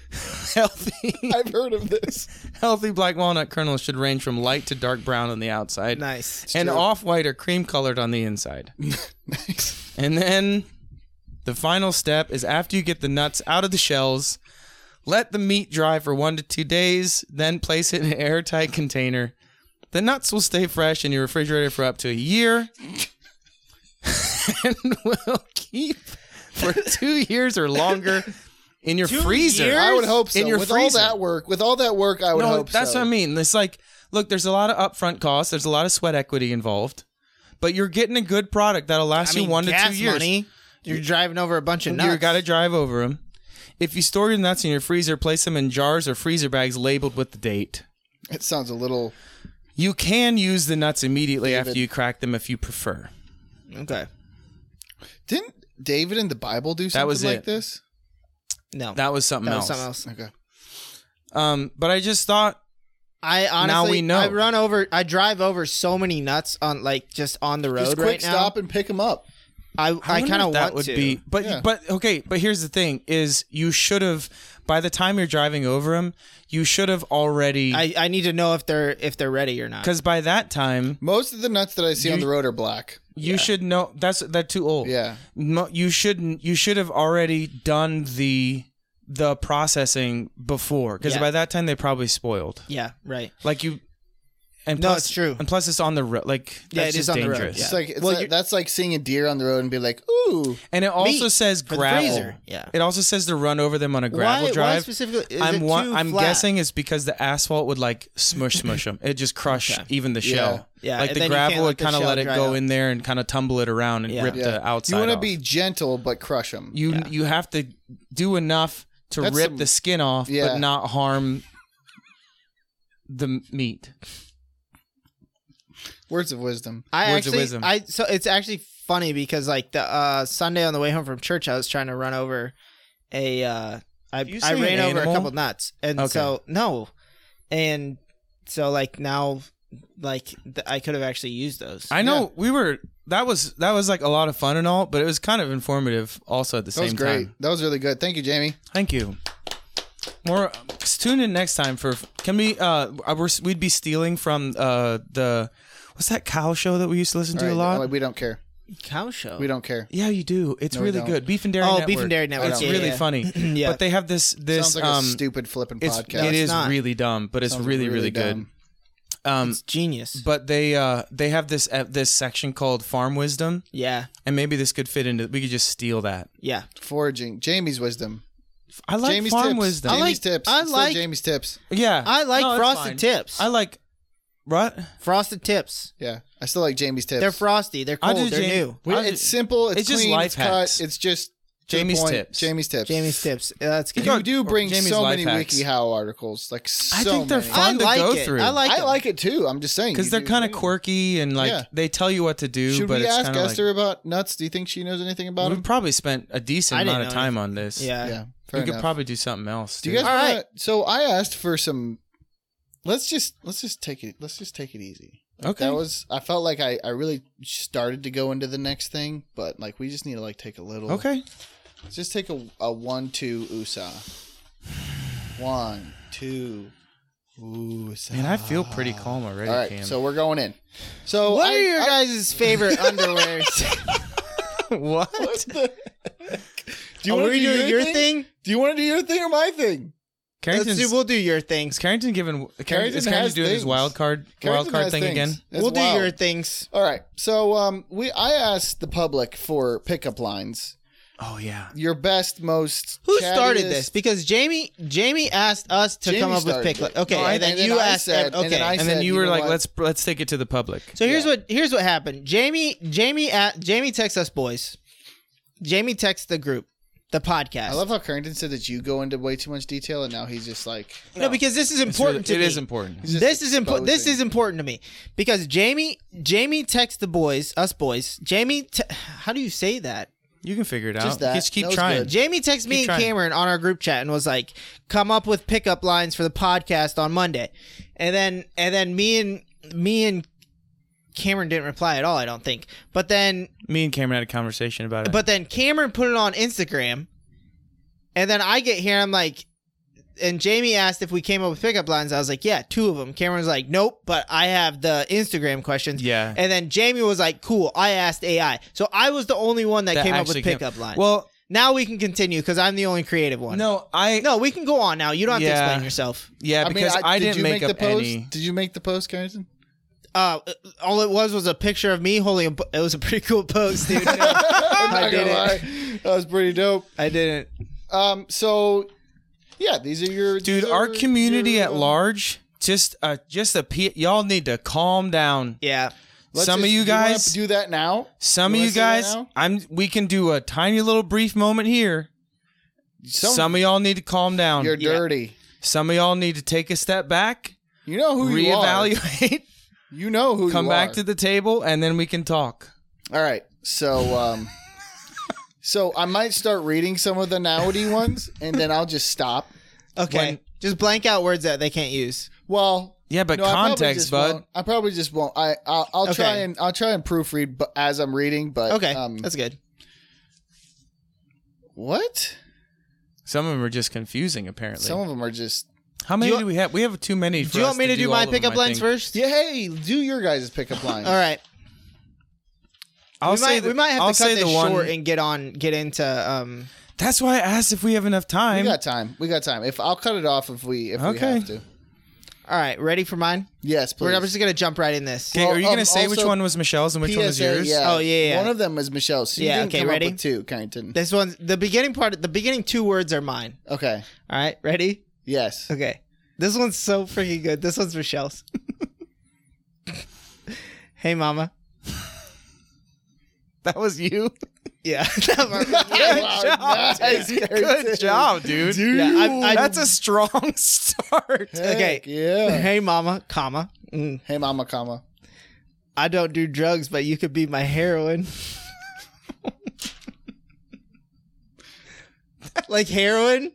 Speaker 2: healthy
Speaker 1: I've heard of this.
Speaker 2: healthy black walnut kernels should range from light to dark brown on the outside
Speaker 3: Nice.
Speaker 2: and
Speaker 1: true.
Speaker 2: off white or cream colored on the inside. And then the final step is after you get the nuts out of the shells, let the meat dry for one to two days, then place it in an airtight container. The nuts will stay fresh in your refrigerator for up to a year and will keep for two years or longer in your freezer.
Speaker 3: years?
Speaker 1: I would hope so.
Speaker 2: In your
Speaker 1: with
Speaker 2: freezer.
Speaker 1: all that work, with all that work, I would
Speaker 2: No,
Speaker 1: hope
Speaker 2: that's
Speaker 1: so.
Speaker 2: what I mean. It's like, look, there's a lot of upfront costs. There's a lot of sweat equity involved, but you're getting a good product that'll
Speaker 3: I
Speaker 2: last
Speaker 3: mean,
Speaker 2: you one to
Speaker 3: gas
Speaker 2: two years.
Speaker 3: money. You're driving over a bunch of nuts.
Speaker 2: You got to drive over them. If you store your nuts in your freezer, place them in jars or freezer bags labeled with the date.
Speaker 1: It sounds a little.
Speaker 2: You can use the nuts immediately after you crack them if you prefer.
Speaker 3: Okay.
Speaker 1: Didn't David in the Bible do something
Speaker 2: was
Speaker 1: like
Speaker 2: it.
Speaker 1: this?
Speaker 3: No.
Speaker 2: That was something
Speaker 3: That was
Speaker 2: else.
Speaker 3: something else.
Speaker 1: Okay.
Speaker 2: Um, but I just thought
Speaker 3: I honestly,
Speaker 2: Now we know.
Speaker 3: I run over, I drive over so many nuts on like just on the road
Speaker 1: Just quick
Speaker 3: right now.
Speaker 1: stop and pick them up.
Speaker 3: I, I,
Speaker 2: wonder
Speaker 3: kind
Speaker 2: if
Speaker 3: of
Speaker 2: that
Speaker 3: want
Speaker 2: would
Speaker 3: to.
Speaker 2: be, but
Speaker 1: Yeah.
Speaker 2: but okay. But here's the thing: is you should have by the time you're driving over them, you should have already.
Speaker 3: I, I need to know if they're if they're ready or not.
Speaker 2: Because by that time,
Speaker 1: Most of the nuts that I see on the road are black.
Speaker 2: you should know that's they're too old.
Speaker 1: Yeah.
Speaker 2: No, you shouldn't. You should have already done the the processing before, because
Speaker 3: Yeah.
Speaker 2: by that time they probably spoiled.
Speaker 3: Yeah, right.
Speaker 2: Like you, and
Speaker 3: No,
Speaker 2: plus,
Speaker 3: it's true.
Speaker 2: And plus, it's on the road. Like
Speaker 3: Yeah,
Speaker 2: that's
Speaker 3: it is
Speaker 2: just
Speaker 3: on the road,
Speaker 2: dangerous.
Speaker 3: yeah.
Speaker 1: It's like it's
Speaker 3: Well,
Speaker 1: like-
Speaker 3: you-
Speaker 1: that's like seeing a deer on the road and be like, "Ooh,
Speaker 2: And it also
Speaker 3: Meat
Speaker 2: says
Speaker 3: the
Speaker 2: gravel.
Speaker 3: freezer, yeah.
Speaker 2: It also says to run over them on a gravel
Speaker 3: why, Why
Speaker 2: drive.
Speaker 3: specifically? Is
Speaker 2: I'm
Speaker 3: it
Speaker 2: wa-
Speaker 3: too
Speaker 2: I'm
Speaker 3: flat?
Speaker 2: guessing it's because the asphalt would like smush smush them. It just crush even the shell.
Speaker 3: Yeah,
Speaker 2: like
Speaker 3: and
Speaker 2: the
Speaker 3: then you can't
Speaker 2: gravel
Speaker 3: let
Speaker 2: would
Speaker 3: the
Speaker 2: kind of
Speaker 3: shell
Speaker 2: let it
Speaker 3: dry
Speaker 2: go
Speaker 3: up.
Speaker 2: in there and kind of tumble it around and
Speaker 3: Yeah.
Speaker 2: rip
Speaker 1: Yeah.
Speaker 2: the outside.
Speaker 1: you want to
Speaker 2: off.
Speaker 1: be gentle but crush them."
Speaker 2: you you have to do enough to
Speaker 1: That's
Speaker 2: rip
Speaker 1: some-
Speaker 2: the skin off,
Speaker 1: Yeah.
Speaker 2: but not harm the m- meat.
Speaker 1: Words of wisdom.
Speaker 3: I
Speaker 2: Words of
Speaker 3: actually,
Speaker 2: wisdom.
Speaker 3: I so it's actually funny because like the uh, Sunday on the way home from church, I was trying to run over a. Uh, I,
Speaker 2: You
Speaker 3: I
Speaker 2: say
Speaker 3: ran
Speaker 2: an
Speaker 3: over a
Speaker 2: animal?
Speaker 3: couple nuts, and
Speaker 2: Okay.
Speaker 3: so no, and so like now like th- I could have actually used those.
Speaker 2: I know we were that was that was like a lot of fun and all, but it was kind of informative also at the
Speaker 1: That was
Speaker 2: same
Speaker 1: great.
Speaker 2: time.
Speaker 1: That was really good. Thank you, Jamie.
Speaker 2: Thank you. More tune in next time for can we uh we're, we'd be stealing from uh the what's that cow show that we used to listen to
Speaker 1: All
Speaker 2: a
Speaker 1: right,
Speaker 2: lot?
Speaker 1: We don't care.
Speaker 3: Cow show.
Speaker 1: We don't care.
Speaker 2: yeah, you do. It's
Speaker 1: No, we
Speaker 2: really
Speaker 1: don't.
Speaker 2: good. Beef and Dairy
Speaker 3: Oh,
Speaker 2: Network.
Speaker 3: Beef and Dairy Network.
Speaker 2: It's
Speaker 3: Yeah,
Speaker 2: really
Speaker 3: yeah.
Speaker 2: funny.
Speaker 3: Yeah.
Speaker 2: But they have this this
Speaker 1: Sounds like
Speaker 2: um
Speaker 1: a stupid flipping
Speaker 2: it's,
Speaker 1: podcast.
Speaker 2: it
Speaker 3: it's
Speaker 2: is
Speaker 3: not.
Speaker 2: really dumb, but it's
Speaker 1: Sounds
Speaker 2: really really,
Speaker 1: dumb.
Speaker 2: good. Um
Speaker 3: It's genius.
Speaker 2: but they uh they have this uh, this section called farm wisdom
Speaker 3: yeah,
Speaker 2: and maybe this could fit into we could just steal that.
Speaker 3: yeah.
Speaker 1: Foraging. Jamie's wisdom.
Speaker 2: I like
Speaker 1: Jamie's
Speaker 2: farm
Speaker 1: tips.
Speaker 2: wisdom.
Speaker 1: Jamie's
Speaker 3: I like-
Speaker 1: tips.
Speaker 3: I
Speaker 1: It's still
Speaker 3: like-
Speaker 1: Jamie's tips.
Speaker 2: yeah.
Speaker 3: I like
Speaker 2: No, it's
Speaker 3: frosted
Speaker 2: fine.
Speaker 3: tips.
Speaker 2: I like what?
Speaker 3: frosted tips.
Speaker 1: Yeah, I still like Jamie's tips.
Speaker 3: They're frosty. They're
Speaker 2: I
Speaker 3: cold.
Speaker 2: do
Speaker 3: They're
Speaker 2: Jamie-
Speaker 3: new.
Speaker 1: We-
Speaker 2: I-
Speaker 1: Oh, it's simple. It's,
Speaker 2: it's just
Speaker 1: clean.
Speaker 2: life
Speaker 1: it's
Speaker 2: hacks.
Speaker 1: Cut, it's just to the
Speaker 2: Jamie's
Speaker 1: point.
Speaker 2: tips.
Speaker 1: Jamie's tips.
Speaker 3: Jamie's tips. Uh, That's good.
Speaker 1: You do
Speaker 2: Or
Speaker 1: bring
Speaker 2: Jamie's
Speaker 1: so
Speaker 2: life
Speaker 1: many
Speaker 2: hacks.
Speaker 1: WikiHow articles, like so
Speaker 2: I think they're
Speaker 1: many.
Speaker 2: fun.
Speaker 3: I
Speaker 2: to
Speaker 3: like
Speaker 2: go
Speaker 3: it.
Speaker 2: through.
Speaker 3: I like.
Speaker 1: I
Speaker 3: them.
Speaker 1: like it too. I'm just saying
Speaker 2: because
Speaker 1: you
Speaker 2: they're
Speaker 1: do
Speaker 2: kind of
Speaker 1: bring-
Speaker 2: quirky and like
Speaker 1: Yeah.
Speaker 2: they tell you what to do.
Speaker 1: Should
Speaker 2: but
Speaker 1: we
Speaker 2: it's
Speaker 1: ask
Speaker 2: kinda like-
Speaker 1: Esther about nuts? Do you think she knows anything about
Speaker 2: We've
Speaker 1: them?
Speaker 2: probably spent a decent
Speaker 3: I didn't
Speaker 2: amount of
Speaker 3: know
Speaker 2: time on this.
Speaker 3: Yeah.
Speaker 1: Yeah, fair
Speaker 2: we could
Speaker 1: enough.
Speaker 2: probably do something else.
Speaker 1: Do you guys?
Speaker 2: dude.
Speaker 3: All
Speaker 1: wanna,
Speaker 3: right.
Speaker 1: So I asked for some. Let's just let's just take it. Let's just take it easy. Like,
Speaker 2: Okay.
Speaker 1: That was. I felt like I I really started to go into the next thing, but like we just need to like take a little.
Speaker 2: okay.
Speaker 1: Let's just take a a one two USA. One two. USA.
Speaker 2: Man, I feel pretty calm already.
Speaker 1: All right,
Speaker 2: Cam.
Speaker 1: so we're going in. So
Speaker 3: What
Speaker 1: I-
Speaker 3: are your
Speaker 1: I-
Speaker 3: guys' favorite underwears?
Speaker 2: what?
Speaker 1: Do
Speaker 3: Are
Speaker 1: wanna
Speaker 3: we doing your thing?
Speaker 1: Do you want to do your thing or my thing?
Speaker 3: Let's
Speaker 2: Carrington's,
Speaker 3: do. We'll do your things.
Speaker 2: is Carrington giving? Carrington,
Speaker 1: Carrington
Speaker 2: is Carrington
Speaker 1: has
Speaker 2: doing his
Speaker 1: things.
Speaker 2: wild card wild
Speaker 1: Carrington
Speaker 2: card
Speaker 1: has
Speaker 2: thing
Speaker 1: things.
Speaker 2: again?
Speaker 1: That's
Speaker 3: we'll do
Speaker 1: wild.
Speaker 3: your things.
Speaker 1: All right. So um, we I asked the public for pickup lines.
Speaker 2: Oh yeah.
Speaker 1: Your best, most
Speaker 3: Who started
Speaker 1: chattiest-
Speaker 3: this? Because Jamie Jamie asked us to
Speaker 1: Jamie
Speaker 3: come up with
Speaker 1: started
Speaker 3: pick.
Speaker 1: it.
Speaker 3: Okay,
Speaker 1: No, I-
Speaker 3: and then
Speaker 1: and then
Speaker 3: you
Speaker 1: I
Speaker 3: asked.
Speaker 1: said-
Speaker 3: ev-
Speaker 1: and
Speaker 3: okay,
Speaker 1: then I
Speaker 2: And
Speaker 1: said,
Speaker 2: then you
Speaker 1: you
Speaker 2: were
Speaker 1: know
Speaker 2: like,
Speaker 1: what?
Speaker 2: let's let's take it to the public.
Speaker 3: So here's
Speaker 1: Yeah.
Speaker 3: what here's what happened. Jamie Jamie at Jamie texts us boys. Jamie texts the group, the podcast.
Speaker 1: I love how Carrington said that you go into way too much detail, and now he's just like
Speaker 3: no, because this is
Speaker 2: It's really-
Speaker 3: important to
Speaker 2: it
Speaker 3: me.
Speaker 2: is important.
Speaker 1: just
Speaker 3: This is important. This
Speaker 1: exposing.
Speaker 3: is important to me because Jamie Jamie texts the boys, us boys. Jamie, te- how do you say that?
Speaker 2: You can figure it out.
Speaker 1: Just that.
Speaker 2: Just keep
Speaker 1: That was
Speaker 2: trying.
Speaker 1: good.
Speaker 3: Jamie texts me
Speaker 2: Keep
Speaker 3: and
Speaker 2: trying.
Speaker 3: Cameron on our group chat and was like, "Come up with pickup lines for the podcast on Monday," and then and then me and me and Cameron didn't reply at all. I don't think. But then
Speaker 2: Me and Cameron had a conversation about it.
Speaker 3: but then Cameron put it on Instagram, and then I get here. I'm like, and Jamie asked if we came up with pickup lines. I was like, yeah, two of them. Cameron's like, nope, but I have the Instagram questions.
Speaker 2: Yeah.
Speaker 3: And then Jamie was like, cool. I asked AI, so I was the only one that,
Speaker 2: That
Speaker 3: came up with
Speaker 2: actually came-
Speaker 3: pickup lines.
Speaker 2: Well,
Speaker 3: now we can continue because I'm the only creative one.
Speaker 2: no, I
Speaker 3: no, we can go on now. You don't have to
Speaker 2: Yeah.
Speaker 3: explain yourself.
Speaker 2: yeah because I,
Speaker 1: did
Speaker 2: didn't
Speaker 1: you
Speaker 2: make,
Speaker 1: the
Speaker 2: up
Speaker 1: post?
Speaker 2: any.
Speaker 1: Did you make the post, Carrington?
Speaker 3: Uh, all it was was a picture of me holding. A, bu- it was a pretty cool post, dude.
Speaker 1: I'm not gonna
Speaker 3: I didn't.
Speaker 1: lie. That was pretty dope.
Speaker 3: I didn't.
Speaker 1: Um, so yeah, these are your
Speaker 2: Dude,
Speaker 1: these
Speaker 2: our
Speaker 1: are
Speaker 2: community
Speaker 1: your,
Speaker 2: at
Speaker 1: um,
Speaker 2: large just uh just a p- y'all need to calm down.
Speaker 3: Yeah.
Speaker 1: let's
Speaker 2: Some of
Speaker 1: just-
Speaker 2: you
Speaker 1: do wanna
Speaker 2: guys-
Speaker 1: do that now.
Speaker 2: Some
Speaker 1: You
Speaker 2: of
Speaker 1: wanna
Speaker 2: you
Speaker 1: say that
Speaker 2: guys,
Speaker 1: now?
Speaker 2: I'm we can do a tiny little brief moment here. Some, of y'all need to calm down.
Speaker 1: you're
Speaker 3: Yeah.
Speaker 1: dirty.
Speaker 2: Some of y'all need to take a step back,
Speaker 1: You know who you are.
Speaker 2: reevaluate,
Speaker 1: You know who.
Speaker 2: come
Speaker 1: you
Speaker 2: back
Speaker 1: are.
Speaker 2: to the table, and then we can talk.
Speaker 1: All right. So um so I might start reading some of the nowity ones and then I'll just stop.
Speaker 3: Okay.
Speaker 2: When-
Speaker 3: just blank out words that they can't use.
Speaker 1: Well,
Speaker 2: Yeah, but
Speaker 1: no, I probably
Speaker 2: context,
Speaker 1: just
Speaker 2: bud.
Speaker 1: won't. I probably just won't. I I'll, I'll try
Speaker 3: Okay.
Speaker 1: and I'll try and proofread bu- as I'm reading, but
Speaker 3: Okay,
Speaker 1: um
Speaker 3: that's good.
Speaker 1: what?
Speaker 2: Some of them are just confusing, apparently.
Speaker 1: Some of them are just
Speaker 2: How many
Speaker 3: Do
Speaker 2: do,
Speaker 3: you-
Speaker 2: we have? We have too many. For
Speaker 3: Do you
Speaker 2: us
Speaker 3: want me to do,
Speaker 2: all
Speaker 3: my
Speaker 2: of them,
Speaker 3: pickup
Speaker 2: I
Speaker 3: lines
Speaker 2: think.
Speaker 3: first?
Speaker 1: Yeah, hey, do your guys' pickup line.
Speaker 3: All right.
Speaker 2: I'll
Speaker 3: we,
Speaker 2: say
Speaker 3: might,
Speaker 2: the,
Speaker 3: we might have
Speaker 2: I'll
Speaker 3: to cut
Speaker 2: say
Speaker 3: this
Speaker 2: the one.
Speaker 3: short and get on, get into. Um,
Speaker 2: That's why I asked if we have enough
Speaker 1: We
Speaker 2: time.
Speaker 1: got time. We got time. If I'll cut it off if we if we
Speaker 2: Okay.
Speaker 1: have to.
Speaker 3: all right, ready for mine?
Speaker 1: Yes, please.
Speaker 3: We're I'm just gonna jump right in this.
Speaker 2: Okay,
Speaker 1: Well,
Speaker 2: are you gonna
Speaker 1: um,
Speaker 2: say which
Speaker 1: also-
Speaker 2: one was Michelle's and which one was
Speaker 1: PSA,
Speaker 2: yours?
Speaker 1: Yeah.
Speaker 3: Oh, yeah, yeah.
Speaker 1: One of them is Michelle. So you
Speaker 3: Yeah,
Speaker 1: didn't
Speaker 3: okay,
Speaker 1: come
Speaker 3: ready?
Speaker 1: Up with two, Carrington.
Speaker 3: This one's the beginning part. The beginning two words are mine.
Speaker 1: Okay.
Speaker 3: All right, ready?
Speaker 1: Yes.
Speaker 3: Okay. This one's so freaking good. This one's Michelle's. hey, mama.
Speaker 2: That was you.
Speaker 3: Yeah.
Speaker 1: Wow,
Speaker 2: job,
Speaker 1: nice, Carrington.
Speaker 2: Good job, dude.
Speaker 3: Yeah, I- I-
Speaker 2: That's a strong start.
Speaker 3: Okay.
Speaker 1: Heck, Yeah.
Speaker 3: hey, mama, comma. Mm.
Speaker 1: Hey, mama, comma.
Speaker 3: I don't do drugs, but you could be my heroin. like heroin?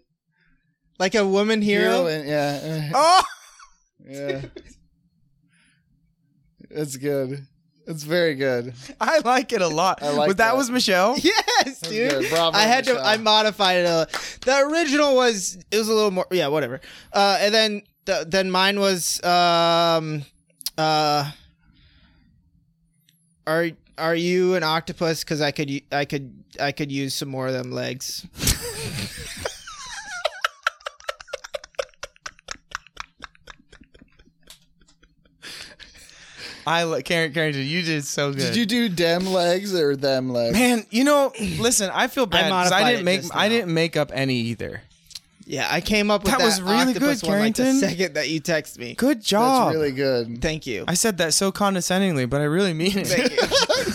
Speaker 3: Like a woman
Speaker 1: Hero
Speaker 3: hero?
Speaker 1: and- uh, yeah.
Speaker 2: Oh,
Speaker 1: yeah. It's good. It's very good.
Speaker 2: I like it a lot.
Speaker 1: I like
Speaker 2: but that,
Speaker 1: that.
Speaker 2: was Michelle.
Speaker 3: Yes,
Speaker 1: good.
Speaker 3: dude.
Speaker 1: Bravo,
Speaker 3: I had to.
Speaker 1: Michelle.
Speaker 3: I modified it. A, the original was it was a little more. Yeah, whatever. Uh, and then the, then mine was um, uh, are are you an octopus? Because I could u- I could I could use some more of them legs.
Speaker 2: I like Karen Carrington. You did so good.
Speaker 1: Did you do dem legs or them legs?
Speaker 2: Man, you know, listen, I feel bad because I,
Speaker 3: modified
Speaker 2: didn't
Speaker 3: it
Speaker 2: make
Speaker 3: just
Speaker 2: I
Speaker 3: now.
Speaker 2: didn't make up any either.
Speaker 3: Yeah, I came up with
Speaker 2: That
Speaker 3: that,
Speaker 2: was really
Speaker 3: octopus
Speaker 2: good,
Speaker 3: one like the
Speaker 2: Carrington.
Speaker 3: second that you text me.
Speaker 2: Good job.
Speaker 1: That's really good.
Speaker 3: Thank you.
Speaker 2: I said that so condescendingly, but I really mean it.
Speaker 3: Thank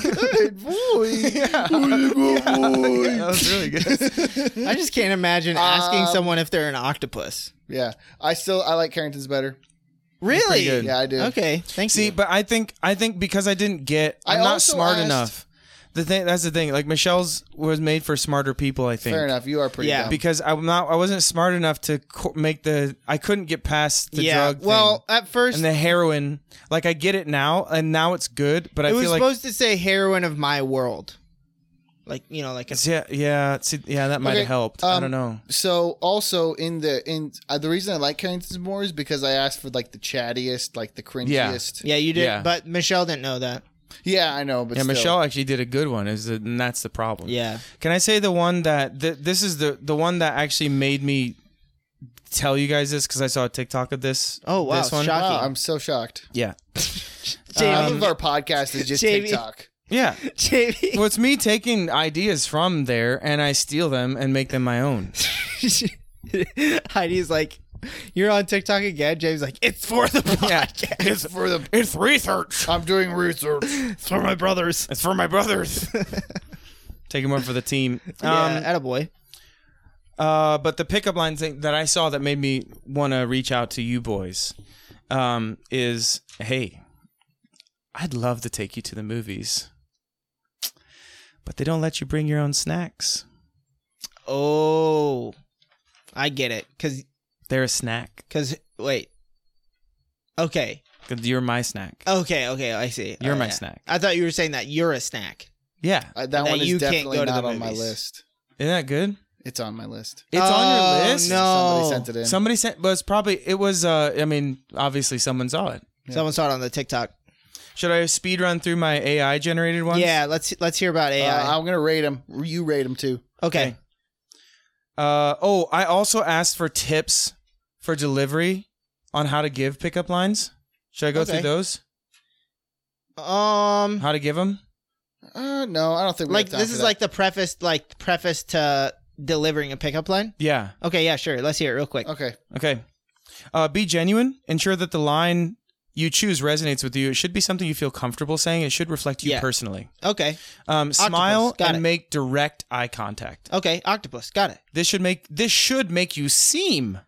Speaker 3: you.
Speaker 1: good boy.
Speaker 2: that was really good.
Speaker 3: I just can't imagine asking
Speaker 1: Um,
Speaker 3: someone if they're an octopus.
Speaker 1: Yeah, I still I like Carrington's better.
Speaker 3: Really?
Speaker 2: good.
Speaker 1: Yeah, I do.
Speaker 3: Okay. Thank
Speaker 2: See,
Speaker 3: you.
Speaker 2: but I think I think because I didn't get,
Speaker 1: I
Speaker 2: I'm not
Speaker 1: also
Speaker 2: smart
Speaker 1: asked-
Speaker 2: enough. The thing that's the thing. Like Michelle's was made for smarter people. I think.
Speaker 1: Fair enough. You are pretty.
Speaker 3: Yeah.
Speaker 1: dumb.
Speaker 2: Because I'm not, I wasn't smart enough to co- make the. I couldn't get past the
Speaker 3: yeah.
Speaker 2: drug. thing.
Speaker 3: well, at first
Speaker 2: and the heroin. Like I get it now, and now it's good. But I
Speaker 3: it was
Speaker 2: feel like
Speaker 3: supposed to say heroine of my world. Like, you know, like a,
Speaker 2: yeah, yeah, see, yeah, that might
Speaker 1: Okay,
Speaker 2: have helped. I
Speaker 1: um,
Speaker 2: don't know.
Speaker 1: So also in the in uh, the reason I like Carrington's more is because I asked for like the chattiest, like the cringiest. Yeah,
Speaker 3: yeah, you did,
Speaker 2: Yeah.
Speaker 3: but Michelle didn't know that.
Speaker 1: I know, but
Speaker 2: Yeah,
Speaker 1: still.
Speaker 2: Michelle actually did a good one. Is the, and that's the problem.
Speaker 3: Yeah.
Speaker 2: Can I say the one that th- this is the the one that actually made me tell you guys this because I saw a TikTok of this.
Speaker 3: Oh, wow,
Speaker 2: This one.
Speaker 3: shocking.
Speaker 1: Wow, I'm so shocked.
Speaker 2: Yeah.
Speaker 1: Half
Speaker 3: Jamie,
Speaker 2: Um,
Speaker 1: of our podcast is just
Speaker 3: Jamie.
Speaker 1: TikTok.
Speaker 2: Yeah.
Speaker 3: Jamie,
Speaker 2: Well, it's me taking ideas from there and I steal them and make them my own.
Speaker 3: Heidi's like, you're on TikTok again. James like, it's for the
Speaker 2: Yeah.
Speaker 3: podcast.
Speaker 2: It's for the it's research.
Speaker 1: I'm doing research.
Speaker 3: It's for my brothers.
Speaker 2: It's for my brothers. Take them one for the team.
Speaker 3: yeah,
Speaker 2: Um,
Speaker 3: attaboy.
Speaker 2: uh, but the pickup line thing that I saw that made me want to reach out to you boys um, is, hey, I'd love to take you to the movies, but they don't let you bring your own snacks.
Speaker 3: Oh, I get it. Cause,
Speaker 2: They're a snack.
Speaker 3: cause, wait. Okay.
Speaker 2: 'Cause You're my snack.
Speaker 3: Okay. Okay. I see.
Speaker 2: You're
Speaker 3: Oh,
Speaker 2: my
Speaker 3: yeah.
Speaker 2: snack.
Speaker 3: I thought you were saying that you're a snack.
Speaker 2: Yeah.
Speaker 1: I, Uh, that
Speaker 3: That
Speaker 1: one is
Speaker 3: you can't
Speaker 1: definitely
Speaker 3: go to
Speaker 1: not
Speaker 3: the
Speaker 1: on my
Speaker 3: movies.
Speaker 1: list.
Speaker 2: Isn't that good?
Speaker 1: It's on my list.
Speaker 2: It's on
Speaker 3: Oh,
Speaker 2: your list.
Speaker 3: No.
Speaker 1: Somebody sent it in.
Speaker 2: Somebody sent, but it's probably, it was, uh, I mean, obviously someone saw it.
Speaker 3: Someone saw it on the TikTok.
Speaker 2: Should I speed run through my AI generated ones?
Speaker 3: Yeah, let's let's hear about
Speaker 1: Uh,
Speaker 3: AI.
Speaker 1: I'm gonna rate them. You rate them too.
Speaker 3: okay.
Speaker 2: okay. Uh, oh, I also asked for tips for delivery on how to give pickup lines. Should I go
Speaker 3: Okay. Mm-hmm.
Speaker 2: through those?
Speaker 3: Um,
Speaker 2: How to give them?
Speaker 1: Uh, no, I don't think we
Speaker 3: like
Speaker 1: have time
Speaker 3: this
Speaker 1: for
Speaker 3: is
Speaker 1: that.
Speaker 3: like the preface, like preface to delivering a pickup line.
Speaker 2: Yeah.
Speaker 3: Okay, yeah, sure. Let's hear it real quick.
Speaker 1: okay.
Speaker 2: Okay. Uh, be genuine. Ensure that the line you choose resonates with you. It should be something you feel comfortable saying. It should reflect you
Speaker 3: Yeah.
Speaker 2: personally.
Speaker 3: Okay,
Speaker 2: Um, smile
Speaker 3: Got
Speaker 2: and
Speaker 3: it.
Speaker 2: make direct eye contact.
Speaker 3: okay. Octopus, got it.
Speaker 2: This should make this should make you seem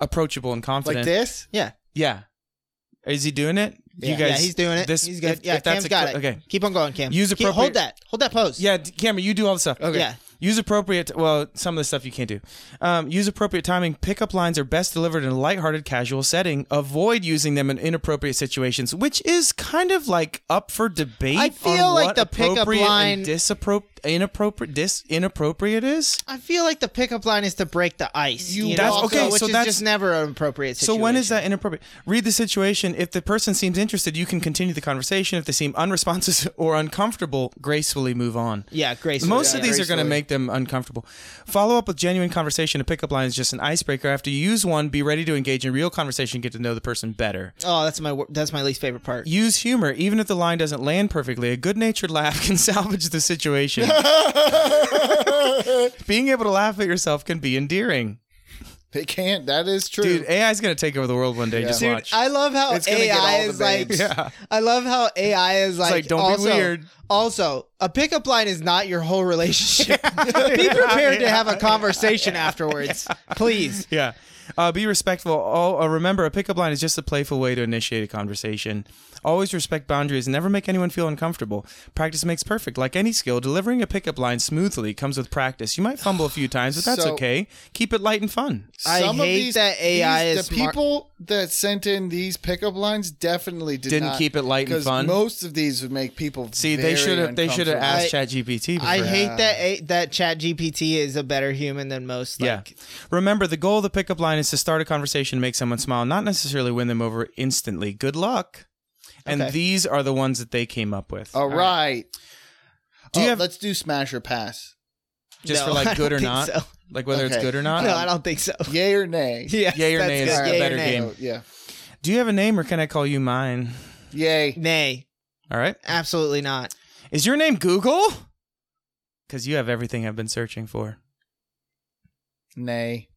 Speaker 2: approachable and confident.
Speaker 1: Like this?
Speaker 3: Yeah,
Speaker 2: Yeah. Is he doing it?
Speaker 3: yeah, yeah, he's doing it.
Speaker 2: This,
Speaker 3: he's good.
Speaker 2: if-
Speaker 3: yeah,
Speaker 2: if that's
Speaker 3: Cam's
Speaker 2: a-
Speaker 3: got it.
Speaker 2: Okay.
Speaker 3: keep on going, Cam.
Speaker 2: Use
Speaker 3: Keep-
Speaker 2: appropriate-
Speaker 3: Hold that. Hold that pose.
Speaker 2: Yeah, d- camera, you do all the stuff. Okay.
Speaker 3: Yeah.
Speaker 2: Use appropriate. Well, some of the stuff you can't do. Um, use appropriate timing. Pickup lines are best delivered in a lighthearted, casual setting. Avoid using them in inappropriate situations, which is kind of like up for debate.
Speaker 3: I feel
Speaker 2: on
Speaker 3: like
Speaker 2: what
Speaker 3: the pickup
Speaker 2: appropriate and
Speaker 3: line-
Speaker 2: disappro- inappropriate, dis inappropriate is.
Speaker 3: I feel like the pickup line is to break the ice.
Speaker 1: You
Speaker 3: You, know?
Speaker 1: That's- okay,
Speaker 3: which
Speaker 2: so
Speaker 3: is
Speaker 2: that's-
Speaker 3: just never an appropriate.
Speaker 2: So
Speaker 3: Situation.
Speaker 2: when is that inappropriate? Read the situation. If the person seems interested, you can continue the conversation. If they seem unresponsive or uncomfortable, gracefully move on.
Speaker 3: Yeah, Grace.
Speaker 2: Most
Speaker 1: Yeah,
Speaker 2: of these
Speaker 1: very
Speaker 2: are going to
Speaker 1: slowly.
Speaker 2: make them uncomfortable. Follow up with genuine conversation. A pickup line is just an icebreaker. After you use one, be ready to engage in real conversation, get to know the person better.
Speaker 3: Oh, that's my wor- that's my least favorite part.
Speaker 2: Use humor, even if the line doesn't land perfectly. A good natured laugh can salvage the situation. Being able to laugh at yourself can be endearing.
Speaker 1: It can't. That is true.
Speaker 2: Dude, AI is going to take over the world one day. Just
Speaker 1: Dude,
Speaker 2: watch.
Speaker 3: I love how
Speaker 1: It's gonna get all
Speaker 3: AI
Speaker 1: the
Speaker 3: is like.
Speaker 1: babes.
Speaker 2: Yeah.
Speaker 3: I love how AI is like.
Speaker 2: like, don't be
Speaker 3: also,
Speaker 2: weird.
Speaker 3: Also, a pickup line is not your whole relationship. Be prepared to have a conversation afterwards, please.
Speaker 2: Yeah. Uh, be respectful. All, uh, remember, a pickup line is just a playful way to initiate a conversation. Always respect boundaries. Never make anyone feel uncomfortable. Practice makes perfect. Like any skill, delivering a pickup line smoothly comes with practice. You might fumble a few times, but that's
Speaker 1: So-
Speaker 2: okay. Keep it light and fun.
Speaker 3: I hate that AI
Speaker 1: these-
Speaker 3: is
Speaker 1: the
Speaker 3: smart-
Speaker 1: people that sent in these pickup lines definitely did
Speaker 2: Didn't
Speaker 1: not-
Speaker 2: keep it light and
Speaker 1: 'cause
Speaker 2: fun.
Speaker 1: Most of these would make people
Speaker 2: See, they should have. They should have asked
Speaker 3: I-
Speaker 2: ChatGPT.
Speaker 3: I
Speaker 2: before.
Speaker 3: hate that a- that Chat GPT is a better human than most. Like,
Speaker 2: yeah. Remember, the goal of the pickup line is to start a conversation, make someone smile, not necessarily win them over instantly. Good luck. And
Speaker 3: Okay.
Speaker 2: these are the ones that they came up with.
Speaker 1: All right.
Speaker 2: Do you
Speaker 1: Oh,
Speaker 2: have-
Speaker 1: let's do smash or pass?
Speaker 2: Just
Speaker 3: no,
Speaker 2: for
Speaker 3: I
Speaker 2: like good
Speaker 3: don't
Speaker 2: or
Speaker 3: think
Speaker 2: not,
Speaker 3: so.
Speaker 2: like whether it's
Speaker 1: Okay.
Speaker 2: good or not.
Speaker 3: No, I don't think so.
Speaker 1: Yay or nay?
Speaker 3: Yes,
Speaker 2: Yay or
Speaker 3: that's
Speaker 2: nay is
Speaker 3: good.
Speaker 2: the
Speaker 3: Yay or
Speaker 2: better
Speaker 3: nay.
Speaker 2: game.
Speaker 1: Oh, yeah.
Speaker 2: Do you have a name, or can I call you mine?
Speaker 1: Yay.
Speaker 3: Nay,
Speaker 2: All right.
Speaker 3: absolutely not.
Speaker 2: Is your name Google? Because you have everything I've been searching for.
Speaker 1: Nay.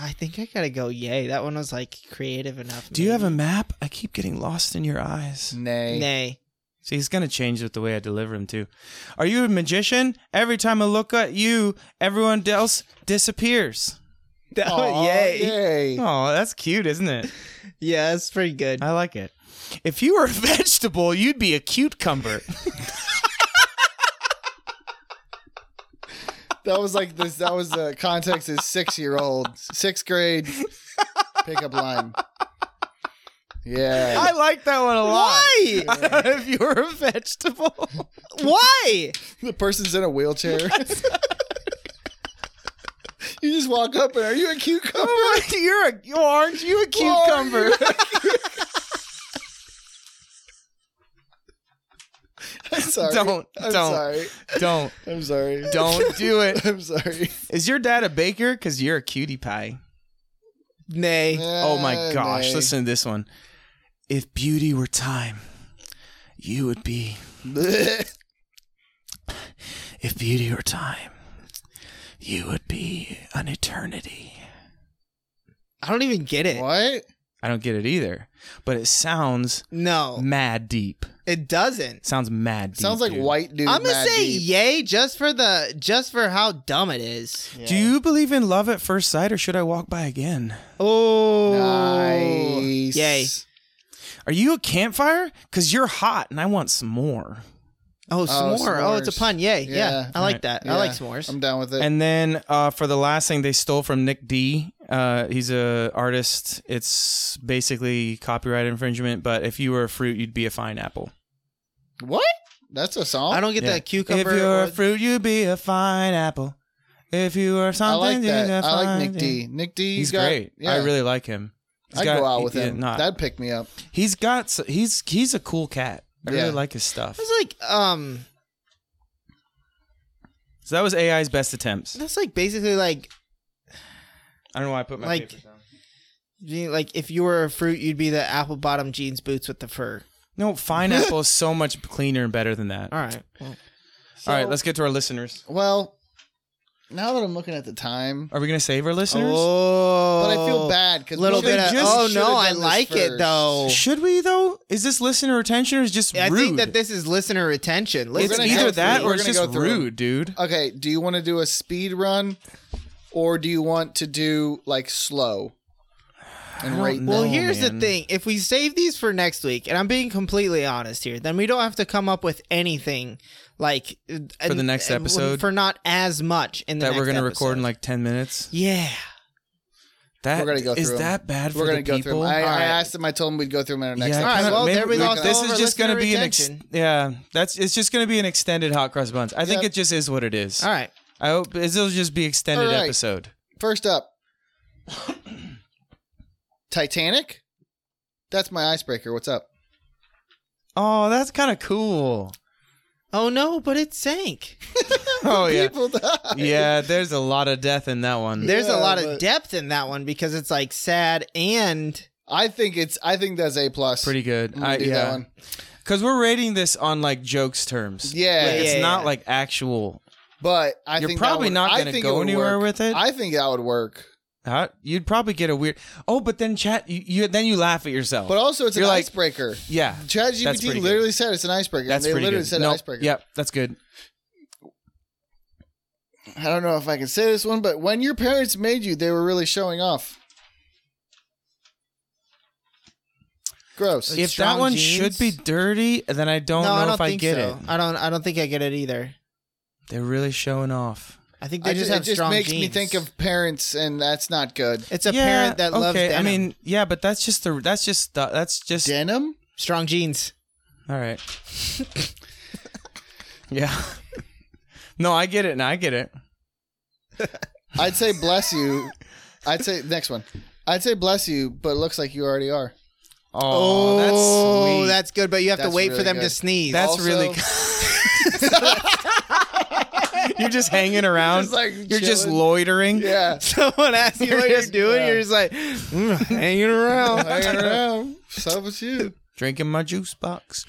Speaker 3: I think I gotta go. Yay, that one was like creative enough.
Speaker 2: Do you have a
Speaker 3: maybe.
Speaker 2: map? I keep getting lost in your eyes.
Speaker 1: Nay.
Speaker 3: nay?
Speaker 2: See, he's gonna change it the way I deliver him too. Are you a magician? Every time I look at you, everyone else disappears.
Speaker 3: That one-
Speaker 1: Aw,
Speaker 3: Oh, yay.
Speaker 1: Yay.
Speaker 2: Oh, that's cute, isn't it?
Speaker 3: Yeah, that's pretty good.
Speaker 2: I like it. If you were a vegetable, you'd be a cucumber.
Speaker 1: That was like this. That was the context is six year old, sixth grade pickup line. Yeah.
Speaker 2: I like that one a lot.
Speaker 3: Why?
Speaker 2: if you were a vegetable.
Speaker 3: Why?
Speaker 1: The person's in a wheelchair. you just walk up and are you a cucumber?
Speaker 2: You're a you aren't you a cucumber?
Speaker 1: I'm sorry.
Speaker 2: Don't,
Speaker 1: I'm
Speaker 2: don't.
Speaker 1: sorry.
Speaker 2: don't
Speaker 1: I'm sorry.
Speaker 2: don't do it.
Speaker 1: I'm sorry.
Speaker 2: Is your dad a baker? Because you're a cutie pie.
Speaker 3: Nay.
Speaker 2: oh my
Speaker 1: Uh,
Speaker 2: gosh!
Speaker 1: nay.
Speaker 2: Listen to this one. If beauty were time, you would be. If beauty were time, you would be an eternity.
Speaker 3: I don't even get it.
Speaker 1: what?
Speaker 2: I don't get it either, but it sounds
Speaker 3: No,
Speaker 2: mad deep.
Speaker 3: it doesn't.
Speaker 2: Sounds mad deep.
Speaker 1: Oh. Sounds like
Speaker 2: dude.
Speaker 1: white dude.
Speaker 3: I'm gonna
Speaker 1: mad
Speaker 3: say
Speaker 1: deep.
Speaker 3: yay just for the just for how dumb it is.
Speaker 2: Do you believe in love at first sight, or should I walk by again?
Speaker 3: Oh,
Speaker 1: Nice.
Speaker 3: yay!
Speaker 2: Are you a campfire? Cause you're hot, and I want some more.
Speaker 3: Oh, s'more! Oh, it's a
Speaker 1: s'mores.
Speaker 3: pun. Yay! Yeah,
Speaker 1: Yeah.
Speaker 3: I like
Speaker 2: Right.
Speaker 3: that.
Speaker 1: Yeah,
Speaker 3: I like s'mores.
Speaker 1: I'm down with it.
Speaker 2: And then uh, for the last thing, they stole from Nick D. Uh, he's a artist. It's basically copyright infringement. But if you were a fruit, you'd be a fine apple.
Speaker 1: what? That's a song.
Speaker 3: I don't get
Speaker 2: Yeah.
Speaker 3: that cucumber.
Speaker 2: If you were
Speaker 3: or-
Speaker 2: a fruit, you'd be a fine apple. If you were
Speaker 1: I
Speaker 2: something,
Speaker 1: like
Speaker 2: you'd be a
Speaker 1: that. I like
Speaker 2: fine-
Speaker 1: Nick D. Nick D.
Speaker 2: He's
Speaker 1: got-
Speaker 2: great.
Speaker 1: Yeah,
Speaker 2: I really like him. He's
Speaker 1: I'd
Speaker 2: got-
Speaker 1: go out
Speaker 2: he-
Speaker 1: with
Speaker 2: yeah,
Speaker 1: him.
Speaker 2: not-
Speaker 1: That'd pick me up.
Speaker 2: he's got. s- He's he's a cool cat. I
Speaker 1: Yeah.
Speaker 2: really like his stuff.
Speaker 3: That's like um,
Speaker 2: So that was AI's best attempts.
Speaker 3: that's like basically like
Speaker 2: I don't know why I put my
Speaker 3: Like-
Speaker 2: papers down.
Speaker 3: being- like if you were a fruit, you'd be the apple bottom jeans boots with the fur.
Speaker 2: No, fine apple is so much cleaner and better than that.
Speaker 3: All right. Well,
Speaker 2: All right,
Speaker 1: So-
Speaker 2: let's get to our listeners.
Speaker 1: Well, now that I'm looking at the time,
Speaker 2: Are we gonna save our listeners?
Speaker 3: Oh,
Speaker 1: but I feel bad because
Speaker 3: Little
Speaker 2: They
Speaker 3: bit of,
Speaker 2: just
Speaker 3: oh
Speaker 1: should've
Speaker 3: no,
Speaker 1: done
Speaker 3: I
Speaker 1: this
Speaker 3: like it
Speaker 1: first.
Speaker 3: though.
Speaker 2: Should we though? Is this listener retention or is just
Speaker 3: I
Speaker 2: rude?
Speaker 3: think that this is listener retention.
Speaker 1: We're
Speaker 2: it's
Speaker 1: gonna
Speaker 3: Listen,
Speaker 2: either
Speaker 1: go
Speaker 2: that
Speaker 1: through-
Speaker 2: or
Speaker 1: we're
Speaker 2: it's
Speaker 1: gonna
Speaker 2: just
Speaker 1: go through.
Speaker 2: rude, dude.
Speaker 1: Okay, do you want to do a speed run, or do you want to do like slow
Speaker 2: I
Speaker 1: and
Speaker 2: don't
Speaker 1: rate?
Speaker 2: know.
Speaker 1: them?
Speaker 3: well, here's
Speaker 2: man.
Speaker 3: the thing: if we save these for next week, and I'm being completely honest here, then we don't have to come up with anything like for
Speaker 2: the next episode?
Speaker 3: for not as much in the
Speaker 2: That we're
Speaker 3: next
Speaker 2: gonna record in
Speaker 3: episode.
Speaker 2: like ten minutes.
Speaker 3: yeah.
Speaker 2: That
Speaker 1: We're gonna go
Speaker 2: is
Speaker 1: through 'em.
Speaker 2: that bad for
Speaker 1: We're gonna
Speaker 2: the
Speaker 1: go through.
Speaker 2: people?
Speaker 1: Them. I,
Speaker 3: All
Speaker 1: I
Speaker 3: right.
Speaker 1: asked them. I told them we'd go through them in our next. episode.
Speaker 2: I
Speaker 3: All right,
Speaker 2: kinda-
Speaker 3: well,
Speaker 2: maybe
Speaker 3: there we
Speaker 2: we-
Speaker 3: lost
Speaker 2: This
Speaker 3: all of
Speaker 2: is
Speaker 3: our
Speaker 2: just gonna
Speaker 3: listener
Speaker 2: be an ex-
Speaker 3: retention.
Speaker 2: yeah. That's it's just gonna be an extended hot cross buns. I think
Speaker 1: Yep.
Speaker 2: it just is what it is.
Speaker 3: All right.
Speaker 2: I hope it'll just be extended
Speaker 1: All right.
Speaker 2: episode.
Speaker 1: First up, Titanic. That's my icebreaker. What's up?
Speaker 2: Oh, that's kind of cool.
Speaker 3: Oh no, but it sank.
Speaker 2: Oh yeah,
Speaker 1: People die.
Speaker 2: yeah. There's a lot of death in that one.
Speaker 3: There's
Speaker 1: Yeah,
Speaker 3: a lot of
Speaker 1: but-
Speaker 3: depth in that one because it's like sad and
Speaker 1: I think it's. I think that's a plus.
Speaker 2: Pretty good.
Speaker 1: I'm gonna
Speaker 2: I,
Speaker 1: do
Speaker 2: yeah.
Speaker 1: that one.
Speaker 2: Because we're rating this on like jokes terms.
Speaker 1: Yeah.
Speaker 2: Like, it's
Speaker 3: Yeah,
Speaker 2: not
Speaker 3: yeah.
Speaker 2: like actual.
Speaker 1: But I
Speaker 2: You're
Speaker 1: think that
Speaker 2: probably
Speaker 1: would-
Speaker 2: not
Speaker 1: I
Speaker 2: gonna
Speaker 1: think
Speaker 2: go
Speaker 1: it would
Speaker 2: anywhere
Speaker 1: work.
Speaker 2: with it.
Speaker 1: I think that would work.
Speaker 2: Huh? You'd probably get a weird. Oh, but then chat. You, you then you laugh at yourself.
Speaker 1: But also, it's an
Speaker 2: You're like-
Speaker 1: icebreaker.
Speaker 2: yeah, That's
Speaker 1: ChatGPT
Speaker 2: pretty
Speaker 1: literally said it's an icebreaker.
Speaker 2: that's
Speaker 1: they
Speaker 2: pretty
Speaker 1: literally
Speaker 2: good.
Speaker 1: said
Speaker 2: Nope.
Speaker 1: icebreaker.
Speaker 2: Yep, that's good.
Speaker 1: I don't know if I can say this one, but when your parents made you, they were really showing off. Gross.
Speaker 3: Like
Speaker 2: if that
Speaker 3: strong
Speaker 2: one
Speaker 3: genes?
Speaker 2: should be dirty, then I don't
Speaker 3: no,
Speaker 2: know
Speaker 3: I don't
Speaker 2: if I
Speaker 3: think
Speaker 2: get it.
Speaker 3: so. I don't. I don't think I get it either.
Speaker 2: They're really showing off.
Speaker 3: I think they
Speaker 1: I
Speaker 3: just
Speaker 1: just,
Speaker 3: have
Speaker 1: it just
Speaker 3: strong
Speaker 1: makes me
Speaker 3: genes.
Speaker 1: think of parents, and that's not good.
Speaker 3: it's a
Speaker 2: Yeah,
Speaker 3: parent that loves.
Speaker 2: okay, I
Speaker 3: denim.
Speaker 2: mean, yeah, but that's just the that's just the, that's just
Speaker 1: Denim?
Speaker 3: strong genes.
Speaker 2: all right. yeah. no, I get it. Now I get it.
Speaker 1: I'd say bless you. I'd say next one. I'd say bless you, but it looks like you already are.
Speaker 2: Oh, that's sweet.
Speaker 3: Oh, that's good, but you have to
Speaker 1: That's
Speaker 3: wait for
Speaker 1: really
Speaker 3: them to
Speaker 1: good.
Speaker 3: sneeze.
Speaker 2: That's
Speaker 1: Also-
Speaker 2: really. you're just hanging around.
Speaker 1: Just, like,
Speaker 2: you're just
Speaker 1: chilling.
Speaker 2: loitering.
Speaker 1: Yeah.
Speaker 3: Someone asks you what you're
Speaker 2: just-
Speaker 3: doing,
Speaker 1: yeah.
Speaker 3: you're just like "Mm, hanging around.
Speaker 1: Hanging around. So was you.
Speaker 2: Drinking my juice box.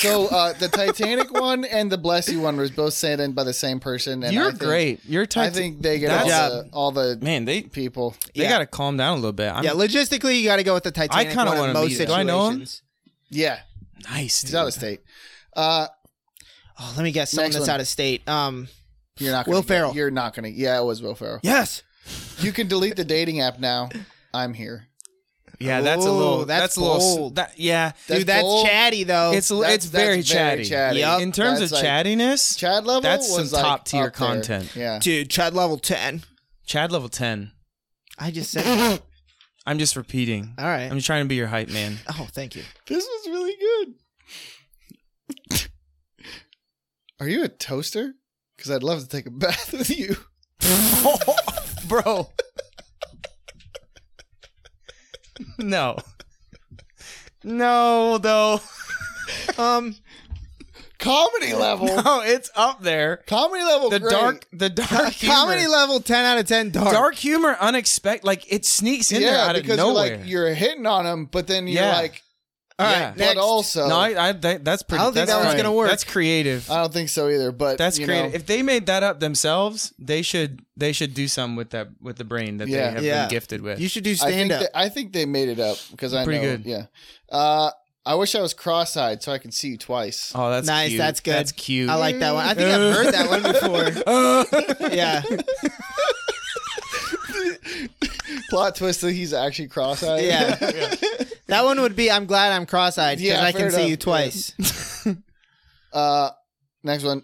Speaker 1: So uh, the Titanic one and the bless you one was both sent in by the same person. And I
Speaker 2: You're
Speaker 1: think-
Speaker 2: great. You're
Speaker 1: I
Speaker 2: tight.
Speaker 1: think they get all
Speaker 2: That's-
Speaker 1: the, all the
Speaker 2: Man, they
Speaker 1: people.
Speaker 2: they
Speaker 3: Yeah.
Speaker 2: gotta calm down a little bit. I'm
Speaker 3: yeah, logistically, you got to go with the Titanic.
Speaker 2: kinda
Speaker 3: one in
Speaker 2: wanna
Speaker 3: most
Speaker 2: meet him.
Speaker 3: situations.
Speaker 2: Do I know him?
Speaker 1: Yeah,
Speaker 2: nice.
Speaker 1: he's out of
Speaker 2: dude.
Speaker 1: state. Uh,
Speaker 3: Oh, let me guess. Someone
Speaker 1: Next
Speaker 3: that's
Speaker 1: one.
Speaker 3: out of state. Um,
Speaker 1: you're not gonna
Speaker 3: Will
Speaker 1: get-
Speaker 3: Ferrell.
Speaker 1: You're not gonna. Yeah, it was Will Ferrell.
Speaker 3: yes.
Speaker 1: You can delete the dating app now. I'm here.
Speaker 2: Yeah, that's a
Speaker 3: Ooh,
Speaker 2: little.
Speaker 3: that's
Speaker 2: That's, a little.
Speaker 3: bold.
Speaker 2: That, yeah,
Speaker 3: Dude, that's
Speaker 1: bold.
Speaker 3: chatty though.
Speaker 2: it's
Speaker 1: That's-
Speaker 2: it's
Speaker 1: that's
Speaker 2: very chatty.
Speaker 3: Yup.
Speaker 2: In terms
Speaker 1: That's
Speaker 2: of
Speaker 1: like-
Speaker 2: chattiness,
Speaker 1: Chad level.
Speaker 2: That's
Speaker 1: was
Speaker 2: some
Speaker 1: like
Speaker 2: top-tier
Speaker 1: up there.
Speaker 2: content.
Speaker 1: Yeah.
Speaker 3: dude, Chad level ten.
Speaker 2: Chad level ten.
Speaker 3: I just said. All
Speaker 2: I'm just repeating.
Speaker 3: right.
Speaker 2: I'm trying to be your hype man.
Speaker 3: oh, thank you.
Speaker 1: This was really good. Are you a toaster? Because I'd love to take a bath with you.
Speaker 2: bro. no. No, though.
Speaker 3: Um,
Speaker 1: Comedy level.
Speaker 2: No, it's up there.
Speaker 1: Comedy level.
Speaker 2: The
Speaker 1: great.
Speaker 2: dark, the dark humor.
Speaker 3: comedy level ten out of ten. Dark.
Speaker 2: dark humor, unexpected. Like it sneaks in there
Speaker 1: Yeah,
Speaker 2: out of
Speaker 1: because
Speaker 2: nowhere.
Speaker 1: you're like you're hitting on him, but then you're
Speaker 2: Yeah.
Speaker 1: like,
Speaker 3: All right.
Speaker 2: Yeah.
Speaker 1: but
Speaker 3: Next.
Speaker 1: also,
Speaker 2: no,
Speaker 1: I,
Speaker 2: I, I that, that's pretty.
Speaker 3: uh, I don't think
Speaker 2: that's
Speaker 3: that one's
Speaker 2: right.
Speaker 3: gonna work. Uh,
Speaker 2: That's creative.
Speaker 1: don't think so either. But
Speaker 2: That's
Speaker 1: you
Speaker 2: creative.
Speaker 1: know,
Speaker 2: if they made that up themselves, they should they should do something with that with the brain that
Speaker 1: Yeah.
Speaker 2: they have
Speaker 3: Yeah.
Speaker 2: been gifted with.
Speaker 3: You should do
Speaker 1: I think
Speaker 3: stand up.
Speaker 1: They, I think they made it up because I
Speaker 2: Pretty
Speaker 1: know.
Speaker 2: good.
Speaker 1: Yeah. Uh, I wish I was cross-eyed so I could see you twice.
Speaker 2: oh, that's
Speaker 3: Nice,
Speaker 2: Cute.
Speaker 3: that's good.
Speaker 2: That's cute.
Speaker 3: I like that one. I think I've heard that one before. Yeah.
Speaker 1: Plot twist that he's actually cross-eyed.
Speaker 3: Yeah. That one would be I'm glad I'm cross eyed because
Speaker 1: Yeah,
Speaker 3: I can
Speaker 1: fair
Speaker 3: see
Speaker 1: enough.
Speaker 3: you twice.
Speaker 1: uh, next one.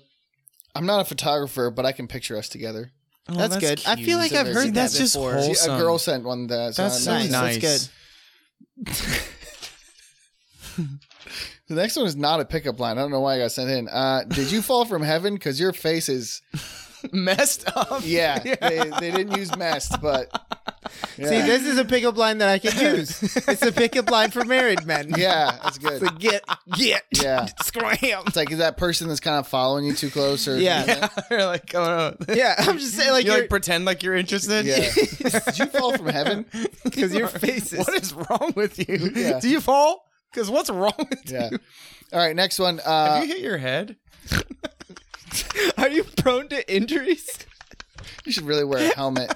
Speaker 1: I'm not a photographer, but I can picture us together.
Speaker 2: Oh,
Speaker 3: That's, good. I feel like
Speaker 1: It's
Speaker 3: I've
Speaker 1: amazing.
Speaker 3: heard
Speaker 2: That's
Speaker 3: that
Speaker 2: just
Speaker 3: before.
Speaker 2: whole-
Speaker 1: See,
Speaker 2: Wholesome.
Speaker 1: a girl sent one that. so
Speaker 2: That's
Speaker 1: I
Speaker 2: so
Speaker 1: know.
Speaker 2: nice.
Speaker 3: Nice, that's
Speaker 1: The next one is not a pickup line. I don't know why I got sent in. Uh, did you fall from heaven? Because your face is.
Speaker 2: Messed up.
Speaker 1: Yeah, They, they didn't use messed, but.
Speaker 3: See,
Speaker 1: Yeah.
Speaker 3: this is a pickup line that I can use. it's a pickup line for married men.
Speaker 1: Yeah, that's good.
Speaker 3: It's a get, get,
Speaker 1: Yeah.
Speaker 3: scram.
Speaker 1: It's like is that person that's kind of following you too close or
Speaker 3: Yeah.
Speaker 2: You're like, oh, no.
Speaker 3: Yeah, I'm just saying, like,
Speaker 2: you
Speaker 3: you're,
Speaker 2: like pretend like you're interested.
Speaker 1: Yeah. Did you fall from heaven?
Speaker 3: because your face is.
Speaker 2: What is wrong with you?
Speaker 1: Yeah.
Speaker 2: Do you fall? Because what's wrong with
Speaker 1: Yeah.
Speaker 2: you?
Speaker 1: All right, next one.
Speaker 2: Have
Speaker 1: Uh,
Speaker 2: you hit your head?
Speaker 3: Are you prone to injuries?
Speaker 1: you should really wear a helmet.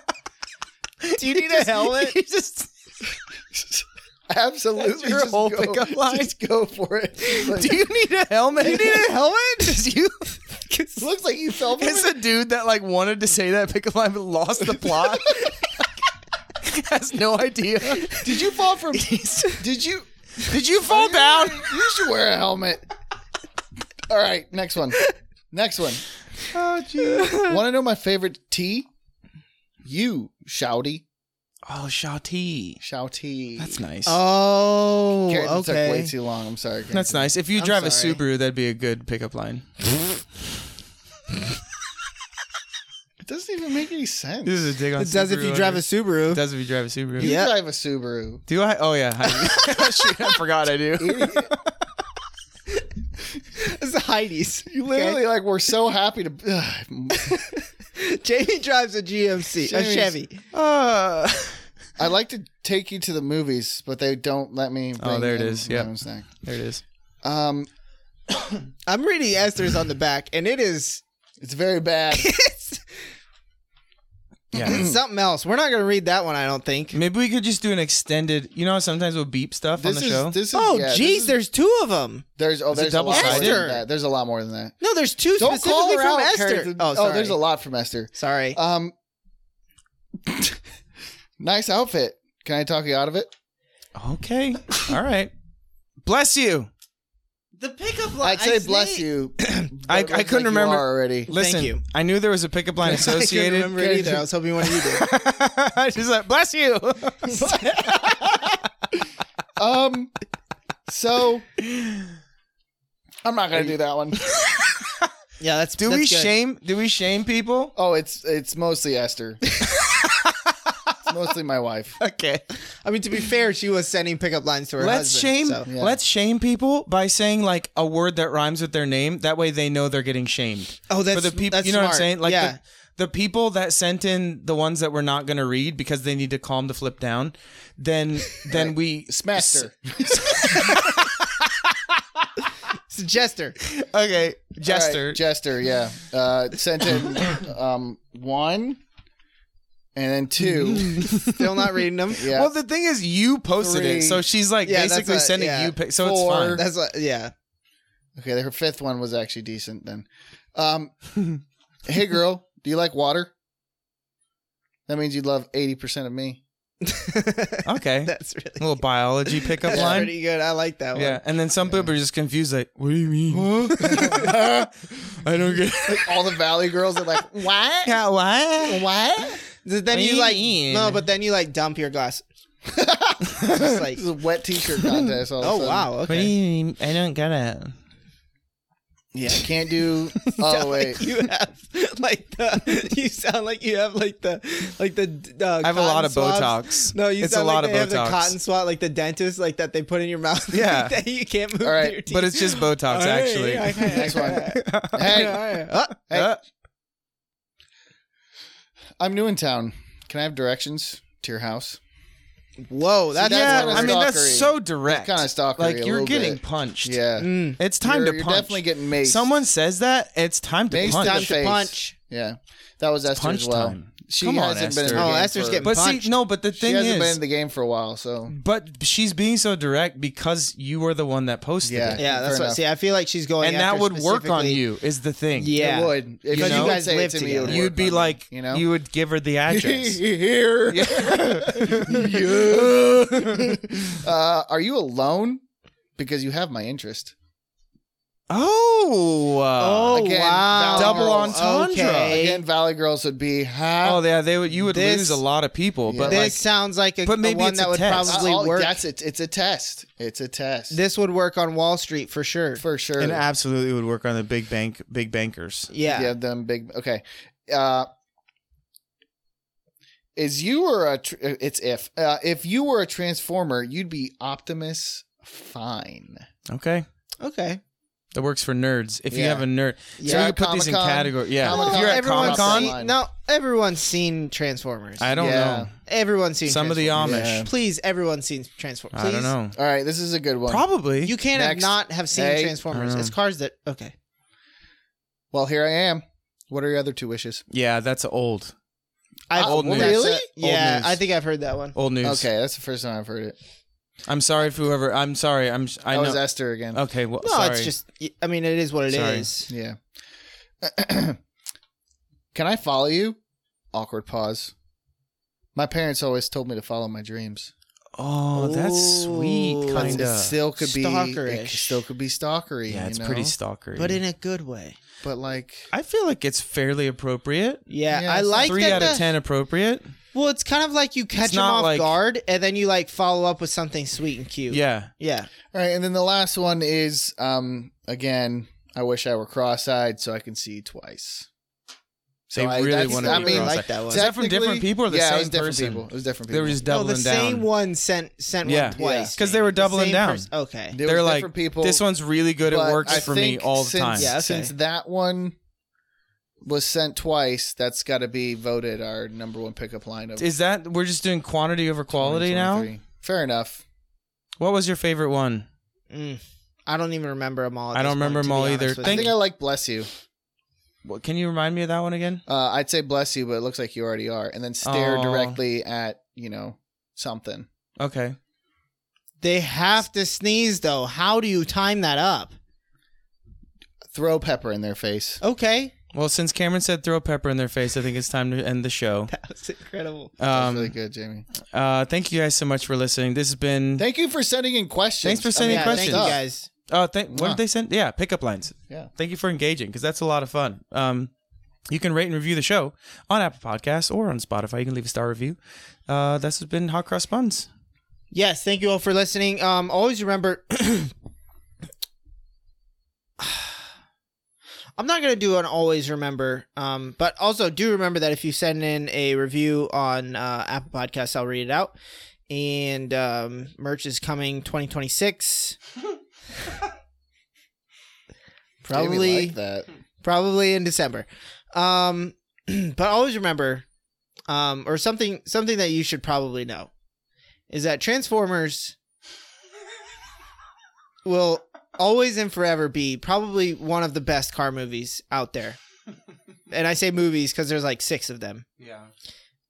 Speaker 3: Do you need a helmet?
Speaker 2: You just
Speaker 1: Absolutely,
Speaker 2: your
Speaker 1: just
Speaker 2: whole
Speaker 1: go,
Speaker 2: pickup line?
Speaker 1: Just go for it. Like,
Speaker 2: Do you need a helmet? You need a helmet? Is you?
Speaker 1: looks like you fell from
Speaker 2: It's
Speaker 1: it.
Speaker 2: a dude that like wanted to say that pickup line but lost the plot. Has no idea.
Speaker 1: Did you fall from? Did you?
Speaker 2: Did you fall down?
Speaker 1: You should wear a helmet. All right, next one. Next one.
Speaker 2: Oh jeez.
Speaker 1: Want to know my favorite tea? You shouty
Speaker 2: Oh, shawty.
Speaker 1: shouty.
Speaker 2: That's nice.
Speaker 3: Oh,
Speaker 1: Karen, it took way
Speaker 3: okay.
Speaker 1: too long. I'm sorry. Karen.
Speaker 2: That's nice. If you
Speaker 3: I'm
Speaker 2: drive
Speaker 3: sorry.
Speaker 2: a Subaru, that'd be a good pickup line.
Speaker 1: It doesn't even make any sense.
Speaker 2: This is a dig on.
Speaker 3: It does if you
Speaker 2: Subaru
Speaker 3: drive a
Speaker 2: owners. It
Speaker 3: Subaru.
Speaker 2: does if you drive a Subaru.
Speaker 1: You
Speaker 3: Yeah.
Speaker 1: drive a Subaru.
Speaker 2: Do I? Oh yeah. I- Shoot, I forgot I do.
Speaker 3: It's Heidi's.
Speaker 1: You literally like were so happy to.
Speaker 3: Jamie drives a GMC, a
Speaker 1: Jamie's-
Speaker 3: Chevy.
Speaker 2: Uh,
Speaker 1: I like to take you to the movies, but they don't let me. Bring
Speaker 2: Oh, there it
Speaker 1: in
Speaker 2: is.
Speaker 1: my
Speaker 2: Yep.
Speaker 1: own snack.
Speaker 2: there it is.
Speaker 1: Um,
Speaker 3: I'm reading Esther's on the back, and it is.
Speaker 1: it's very bad.
Speaker 3: It's,
Speaker 2: Yeah.
Speaker 3: Something else. We're not going to read that one, I don't think.
Speaker 2: Maybe we could just do an extended. You know, how sometimes we'll beep stuff on
Speaker 1: This
Speaker 2: the
Speaker 1: is
Speaker 2: show.
Speaker 1: this is
Speaker 3: Oh,
Speaker 1: yeah,
Speaker 3: jeez,
Speaker 1: this is-
Speaker 3: there's two of them.
Speaker 1: there's oh
Speaker 2: Is it
Speaker 1: there's a lot more
Speaker 3: double-sided?
Speaker 1: than that. There's a lot more than that.
Speaker 3: No, there's 2
Speaker 1: Don't
Speaker 3: specifically
Speaker 1: call her
Speaker 3: from
Speaker 1: out,
Speaker 3: Esther.
Speaker 1: Harrington.
Speaker 3: Oh, sorry.
Speaker 1: there's a lot from Esther.
Speaker 3: Sorry. Uh,
Speaker 1: Um, nice outfit. Can I talk you out of it?
Speaker 2: okay. All right. Bless you.
Speaker 3: the pickup line.
Speaker 1: I'd say bless you. but
Speaker 2: I- I
Speaker 1: it looks
Speaker 2: couldn't
Speaker 1: like you
Speaker 2: remember.
Speaker 1: are already.
Speaker 2: Listen,
Speaker 3: you.
Speaker 2: I knew there was a pickup line
Speaker 3: I couldn't
Speaker 2: associated.
Speaker 3: remember it either. I was hoping one of you did.
Speaker 2: She's like, bless you.
Speaker 1: Um, so I'm not gonna do that one.
Speaker 3: Yeah, that's
Speaker 2: Do
Speaker 3: that's
Speaker 2: we
Speaker 3: good.
Speaker 2: shame? Do we shame people?
Speaker 1: Oh, it's it's mostly Esther. it's mostly my wife.
Speaker 2: Okay.
Speaker 3: I mean, to be fair, she was sending pickup lines to her
Speaker 2: Let's shame.
Speaker 3: husband. So.
Speaker 1: Yeah.
Speaker 2: Let's shame people by saying like a word that rhymes with their name. That way they know they're getting shamed.
Speaker 3: Oh, that's
Speaker 2: For the people,
Speaker 3: That's
Speaker 2: you know what I'm
Speaker 3: smart.
Speaker 2: saying? Like
Speaker 3: yeah,
Speaker 2: the, the people that sent in the ones that we're not going to read because they need to calm the flip down. Then then we
Speaker 1: Smashed her.
Speaker 3: suggester.
Speaker 2: Okay,
Speaker 1: All
Speaker 2: jester.
Speaker 1: right, Jester, yeah. Uh, sent in um, one and then
Speaker 3: Mm-hmm.
Speaker 1: two.
Speaker 3: Still not reading them.
Speaker 1: Yeah.
Speaker 2: Well, the thing is, you posted
Speaker 1: Three.
Speaker 2: it, so she's like
Speaker 3: Yeah, that's
Speaker 2: basically
Speaker 3: what-
Speaker 2: sending
Speaker 3: yeah.
Speaker 2: you. Pic- so
Speaker 1: Four.
Speaker 2: it's fine.
Speaker 3: That's what, yeah.
Speaker 1: Okay, her fifth one was actually decent then. Um, hey, girl, do you like water? That means you love 80% of me.
Speaker 2: Okay,
Speaker 3: that's really
Speaker 2: a little biology pickup
Speaker 3: that's
Speaker 2: line.
Speaker 3: pretty good. I like that one.
Speaker 2: Yeah, and then some people are just confused, like, "What do you mean? I don't get."
Speaker 1: Like all the Valley girls are like, what?
Speaker 2: Yeah, what?
Speaker 1: What?
Speaker 3: Th- Then
Speaker 2: What
Speaker 3: you
Speaker 2: do you
Speaker 3: like
Speaker 2: mean?
Speaker 3: no, but then you like dump your glass. Just like
Speaker 1: This is a wet t shirt contest. All of a
Speaker 3: oh
Speaker 1: sudden.
Speaker 3: wow,
Speaker 2: What do
Speaker 3: okay.
Speaker 2: you mean? I don't get it.
Speaker 1: Yeah, can't do. Oh, wait.
Speaker 3: You have like the you sound like you have like the like the. d- Uh,
Speaker 2: I have a lot
Speaker 3: cotton
Speaker 2: of
Speaker 3: swabs.
Speaker 2: Botox.
Speaker 3: No, you
Speaker 2: It's
Speaker 3: sound
Speaker 2: a lot
Speaker 3: like
Speaker 2: of
Speaker 3: they have the
Speaker 2: Botox.
Speaker 3: cotton swab, like the dentist, like that they put in your mouth.
Speaker 2: Yeah.
Speaker 3: that you can't move.
Speaker 1: All right,
Speaker 3: through your teeth.
Speaker 2: But it's just Botox,
Speaker 3: All right,
Speaker 2: actually.
Speaker 3: yeah, okay,
Speaker 1: Next one.
Speaker 3: okay.
Speaker 1: Hey,
Speaker 3: All right. Oh,
Speaker 1: Hey.
Speaker 2: Uh,
Speaker 1: I'm new in town. Can I have directions to your house?
Speaker 3: Whoa, that's
Speaker 2: yeah,
Speaker 1: kind of
Speaker 2: I mean that's
Speaker 1: stalkery.
Speaker 2: so direct.
Speaker 1: Kind of stalkery.
Speaker 2: like
Speaker 1: a
Speaker 2: you're
Speaker 1: little
Speaker 2: getting
Speaker 1: bit.
Speaker 2: punched.
Speaker 1: Yeah.
Speaker 3: Mm,
Speaker 2: it's time
Speaker 1: you're,
Speaker 2: to
Speaker 1: you're
Speaker 2: punch.
Speaker 1: definitely getting maced.
Speaker 2: Someone says that it's time to
Speaker 1: Maced on
Speaker 2: punch.
Speaker 3: time to
Speaker 1: face.
Speaker 2: Mm.
Speaker 3: punch.
Speaker 1: Yeah, that was Esther
Speaker 2: punch
Speaker 1: as well.
Speaker 2: time.
Speaker 1: She
Speaker 2: Come on,
Speaker 1: hasn't been.
Speaker 2: Esther.
Speaker 1: In the
Speaker 3: Oh,
Speaker 1: game
Speaker 3: Esther's
Speaker 1: for-
Speaker 3: getting
Speaker 2: But
Speaker 3: punched.
Speaker 2: see, no, but the
Speaker 1: She
Speaker 2: thing
Speaker 1: hasn't been
Speaker 2: is,
Speaker 1: in the game for a while, so
Speaker 2: but she's being so direct because you were the one that posted
Speaker 1: Yeah.
Speaker 2: it,
Speaker 3: Yeah, that's
Speaker 1: Fair
Speaker 3: what.
Speaker 1: enough.
Speaker 3: See, I feel like she's going,
Speaker 2: and that
Speaker 3: after
Speaker 2: would work on
Speaker 3: specifically-
Speaker 2: you. Is the thing?
Speaker 3: Yeah,
Speaker 1: it would if
Speaker 2: You
Speaker 1: you,
Speaker 2: know?
Speaker 1: guys
Speaker 3: You
Speaker 1: say
Speaker 3: live
Speaker 1: it to me.
Speaker 3: together.
Speaker 1: it would
Speaker 2: you'd
Speaker 1: work
Speaker 2: be
Speaker 1: on me,
Speaker 2: like,
Speaker 1: you know,
Speaker 2: you would give her the address.
Speaker 1: here.
Speaker 2: Yeah.
Speaker 1: Uh, are you alone? Because you have my interest. Oh.
Speaker 2: oh. uh,
Speaker 3: Oh
Speaker 1: Again,
Speaker 3: wow,
Speaker 1: Valerie
Speaker 2: Double
Speaker 1: Girls.
Speaker 2: entendre.
Speaker 3: Okay.
Speaker 1: Again, Valley Girls would be how.
Speaker 2: oh yeah, they would. You would
Speaker 3: This-
Speaker 2: lose a lot of people, but
Speaker 3: this
Speaker 2: like
Speaker 3: sounds like a,
Speaker 2: But
Speaker 3: a
Speaker 2: maybe
Speaker 3: one
Speaker 2: it's
Speaker 3: that
Speaker 2: a
Speaker 3: would
Speaker 2: test.
Speaker 3: probably
Speaker 1: Uh, all-
Speaker 3: work.
Speaker 1: That's it. It's a test. It's a test
Speaker 3: This would work on Wall Street for sure.
Speaker 1: for sure.
Speaker 2: and absolutely would work on the big bank, big bankers.
Speaker 3: yeah.
Speaker 1: Yeah, them big. Okay. Uh, is you were a? Tr- it's if uh, if you were a transformer, you'd be Optimus Fine.
Speaker 2: Okay,
Speaker 3: Okay.
Speaker 2: that works for nerds. If you
Speaker 1: Yeah.
Speaker 2: have a nerd, so
Speaker 1: Yeah,
Speaker 2: you could put these in
Speaker 1: Comic-Con.
Speaker 2: category. Yeah,
Speaker 1: Comic-Con.
Speaker 2: if you're at Comic
Speaker 3: everyone's
Speaker 2: Con,
Speaker 1: Comic-Con.
Speaker 3: seen, no, everyone's seen Transformers.
Speaker 2: I don't
Speaker 1: Yeah.
Speaker 2: know.
Speaker 3: everyone's seen
Speaker 2: Some of the
Speaker 3: Transformers.
Speaker 2: Amish.
Speaker 1: Yeah.
Speaker 3: Please, everyone's seen Transformers.
Speaker 2: I don't
Speaker 3: Please.
Speaker 2: know.
Speaker 1: All right, this is a good one.
Speaker 2: Probably.
Speaker 3: You can't have
Speaker 1: Next.
Speaker 3: not have seen
Speaker 1: Hey.
Speaker 3: Transformers.
Speaker 2: I
Speaker 3: It's cars that okay.
Speaker 1: well, here I am. What are your other two wishes?
Speaker 2: yeah, that's old.
Speaker 3: I've,
Speaker 2: Old news.
Speaker 3: that's
Speaker 1: Really?
Speaker 3: a- yeah,
Speaker 2: news.
Speaker 3: I think I've heard that one.
Speaker 2: Old news.
Speaker 1: Okay, that's the first time I've heard it.
Speaker 2: I'm sorry if whoever. I'm sorry. I'm. sh- I
Speaker 1: That was
Speaker 2: know. Oh.
Speaker 1: Esther again.
Speaker 2: Okay. Well,
Speaker 3: No,
Speaker 2: sorry.
Speaker 3: it's just. I mean, it is what it is.
Speaker 2: Sorry.
Speaker 1: Yeah. Can I follow you? Awkward pause. My parents always told me to follow my dreams.
Speaker 2: Oh, that's
Speaker 3: Ooh.
Speaker 2: sweet.
Speaker 3: That's-
Speaker 1: But
Speaker 2: Kind
Speaker 1: It
Speaker 2: of.
Speaker 1: still could be. It
Speaker 3: Stalkerish.
Speaker 1: still could be stalkery.
Speaker 2: Yeah,
Speaker 1: you
Speaker 2: it's
Speaker 1: know?
Speaker 2: pretty stalkery.
Speaker 3: but in a good way.
Speaker 1: But like,
Speaker 2: I feel like it's fairly appropriate.
Speaker 3: Yeah,
Speaker 1: Yeah,
Speaker 3: I
Speaker 1: it's
Speaker 3: like
Speaker 2: Three
Speaker 3: that
Speaker 2: out
Speaker 3: the,
Speaker 2: of ten appropriate.
Speaker 3: Well, it's kind of like you catch them
Speaker 2: not
Speaker 3: off
Speaker 2: like-
Speaker 3: guard, and then you like follow up with something sweet and cute.
Speaker 2: Yeah.
Speaker 3: yeah.
Speaker 1: All right, and then the last one is um again, I wish I were cross-eyed so I can see twice.
Speaker 2: They
Speaker 1: I-
Speaker 2: really
Speaker 1: that's-
Speaker 2: want to
Speaker 1: I
Speaker 2: be
Speaker 1: mean,
Speaker 2: cross-eyed.
Speaker 3: like that one.
Speaker 2: Is that from different
Speaker 1: technically-
Speaker 2: people or the
Speaker 1: yeah, it was
Speaker 2: same
Speaker 1: different
Speaker 2: person?
Speaker 1: people. It was different
Speaker 2: They
Speaker 1: people.
Speaker 2: were just
Speaker 3: No,
Speaker 2: doubling
Speaker 3: the
Speaker 2: down.
Speaker 3: same one sent sent
Speaker 2: Yeah.
Speaker 3: one twice
Speaker 2: 'Cause they were
Speaker 3: The
Speaker 2: doubling
Speaker 3: same
Speaker 2: down.
Speaker 3: okay.
Speaker 1: There
Speaker 2: They're
Speaker 1: was
Speaker 2: like,
Speaker 1: different people.
Speaker 2: This one's really good. It
Speaker 1: but
Speaker 2: works
Speaker 1: I
Speaker 2: for me
Speaker 1: think
Speaker 2: all the
Speaker 1: since-
Speaker 2: time.
Speaker 3: Yeah, okay.
Speaker 1: Since that one was sent twice, that's got to be voted our number one pickup line of
Speaker 2: Is that we're just doing quantity over quality now?
Speaker 1: 2023. Fair enough.
Speaker 2: What was your favorite one?
Speaker 3: Mm. I don't even remember them all. at
Speaker 2: I don't
Speaker 3: this point,
Speaker 2: remember
Speaker 3: to
Speaker 2: 'em all
Speaker 3: be honest
Speaker 2: either.
Speaker 3: with
Speaker 1: I
Speaker 2: Thank
Speaker 1: think
Speaker 3: you.
Speaker 1: I like bless you.
Speaker 2: What, can you remind me of that one again?
Speaker 1: Uh, I'd say bless you, but it looks like you already are. And then stare
Speaker 2: Aw.
Speaker 1: directly at, you know, something.
Speaker 2: Okay.
Speaker 3: They have to sneeze though. How do you time that up?
Speaker 1: Throw pepper in their face.
Speaker 3: Okay,
Speaker 2: Well, since Cameron said throw pepper in their face, I think it's time to end the show.
Speaker 3: that was incredible.
Speaker 1: That's
Speaker 2: Um,
Speaker 1: really good, Jamie.
Speaker 2: uh, thank you guys so much for listening. This has been.
Speaker 1: Thank you for sending in questions.
Speaker 2: Thanks for sending
Speaker 1: I mean,
Speaker 3: thank
Speaker 2: questions?
Speaker 3: you
Speaker 1: stuff.
Speaker 3: guys.
Speaker 2: Oh, thank, what
Speaker 1: Huh.
Speaker 2: did they send? Yeah, pickup lines.
Speaker 1: Yeah.
Speaker 2: Thank you for engaging because that's a lot of fun. Um, you can rate and review the show on Apple Podcasts or on Spotify. You can leave a star review. Uh, this has been Hot Cross Buns.
Speaker 3: Yes, thank you all for listening. Um, always remember, I'm not gonna do an always remember. Um, but also do remember that if you send in a review on uh, Apple Podcasts, I'll read it out. And um, merch is coming 2026,
Speaker 1: Jamie
Speaker 3: Probably-
Speaker 1: liked that.
Speaker 3: probably in December. Um, but always remember, um, or something something that you should probably know is that Transformers will always and forever be probably one of the best car movies out there. And I say movies because there's like six of them.
Speaker 2: Yeah.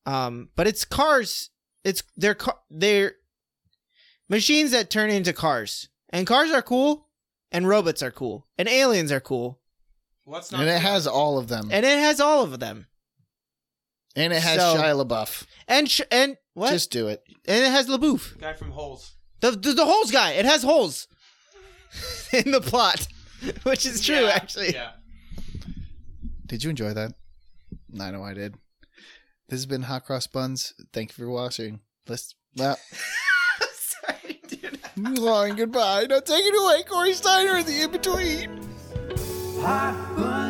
Speaker 3: Um, but it's cars. It's they're car, they're machines that turn into cars, and cars are cool, and robots are cool, and aliens are cool,
Speaker 2: What's
Speaker 1: And it has all of them.
Speaker 3: and it has all of them.
Speaker 1: And it has
Speaker 3: So-
Speaker 1: Shia LaBeouf.
Speaker 3: And sh- and what?
Speaker 1: Just do it.
Speaker 3: and it has LaBouf,
Speaker 2: guy from Holes.
Speaker 3: the, the the holes guy. It has holes in the plot, which is true actually.
Speaker 1: Did you enjoy that? I know I did. This has been Hot Cross Buns. Thank you for watching. Let's. Well,
Speaker 3: Sorry, dude.
Speaker 1: long goodbye. Now take it away, Corey Steiner, in the in between.
Speaker 4: Hot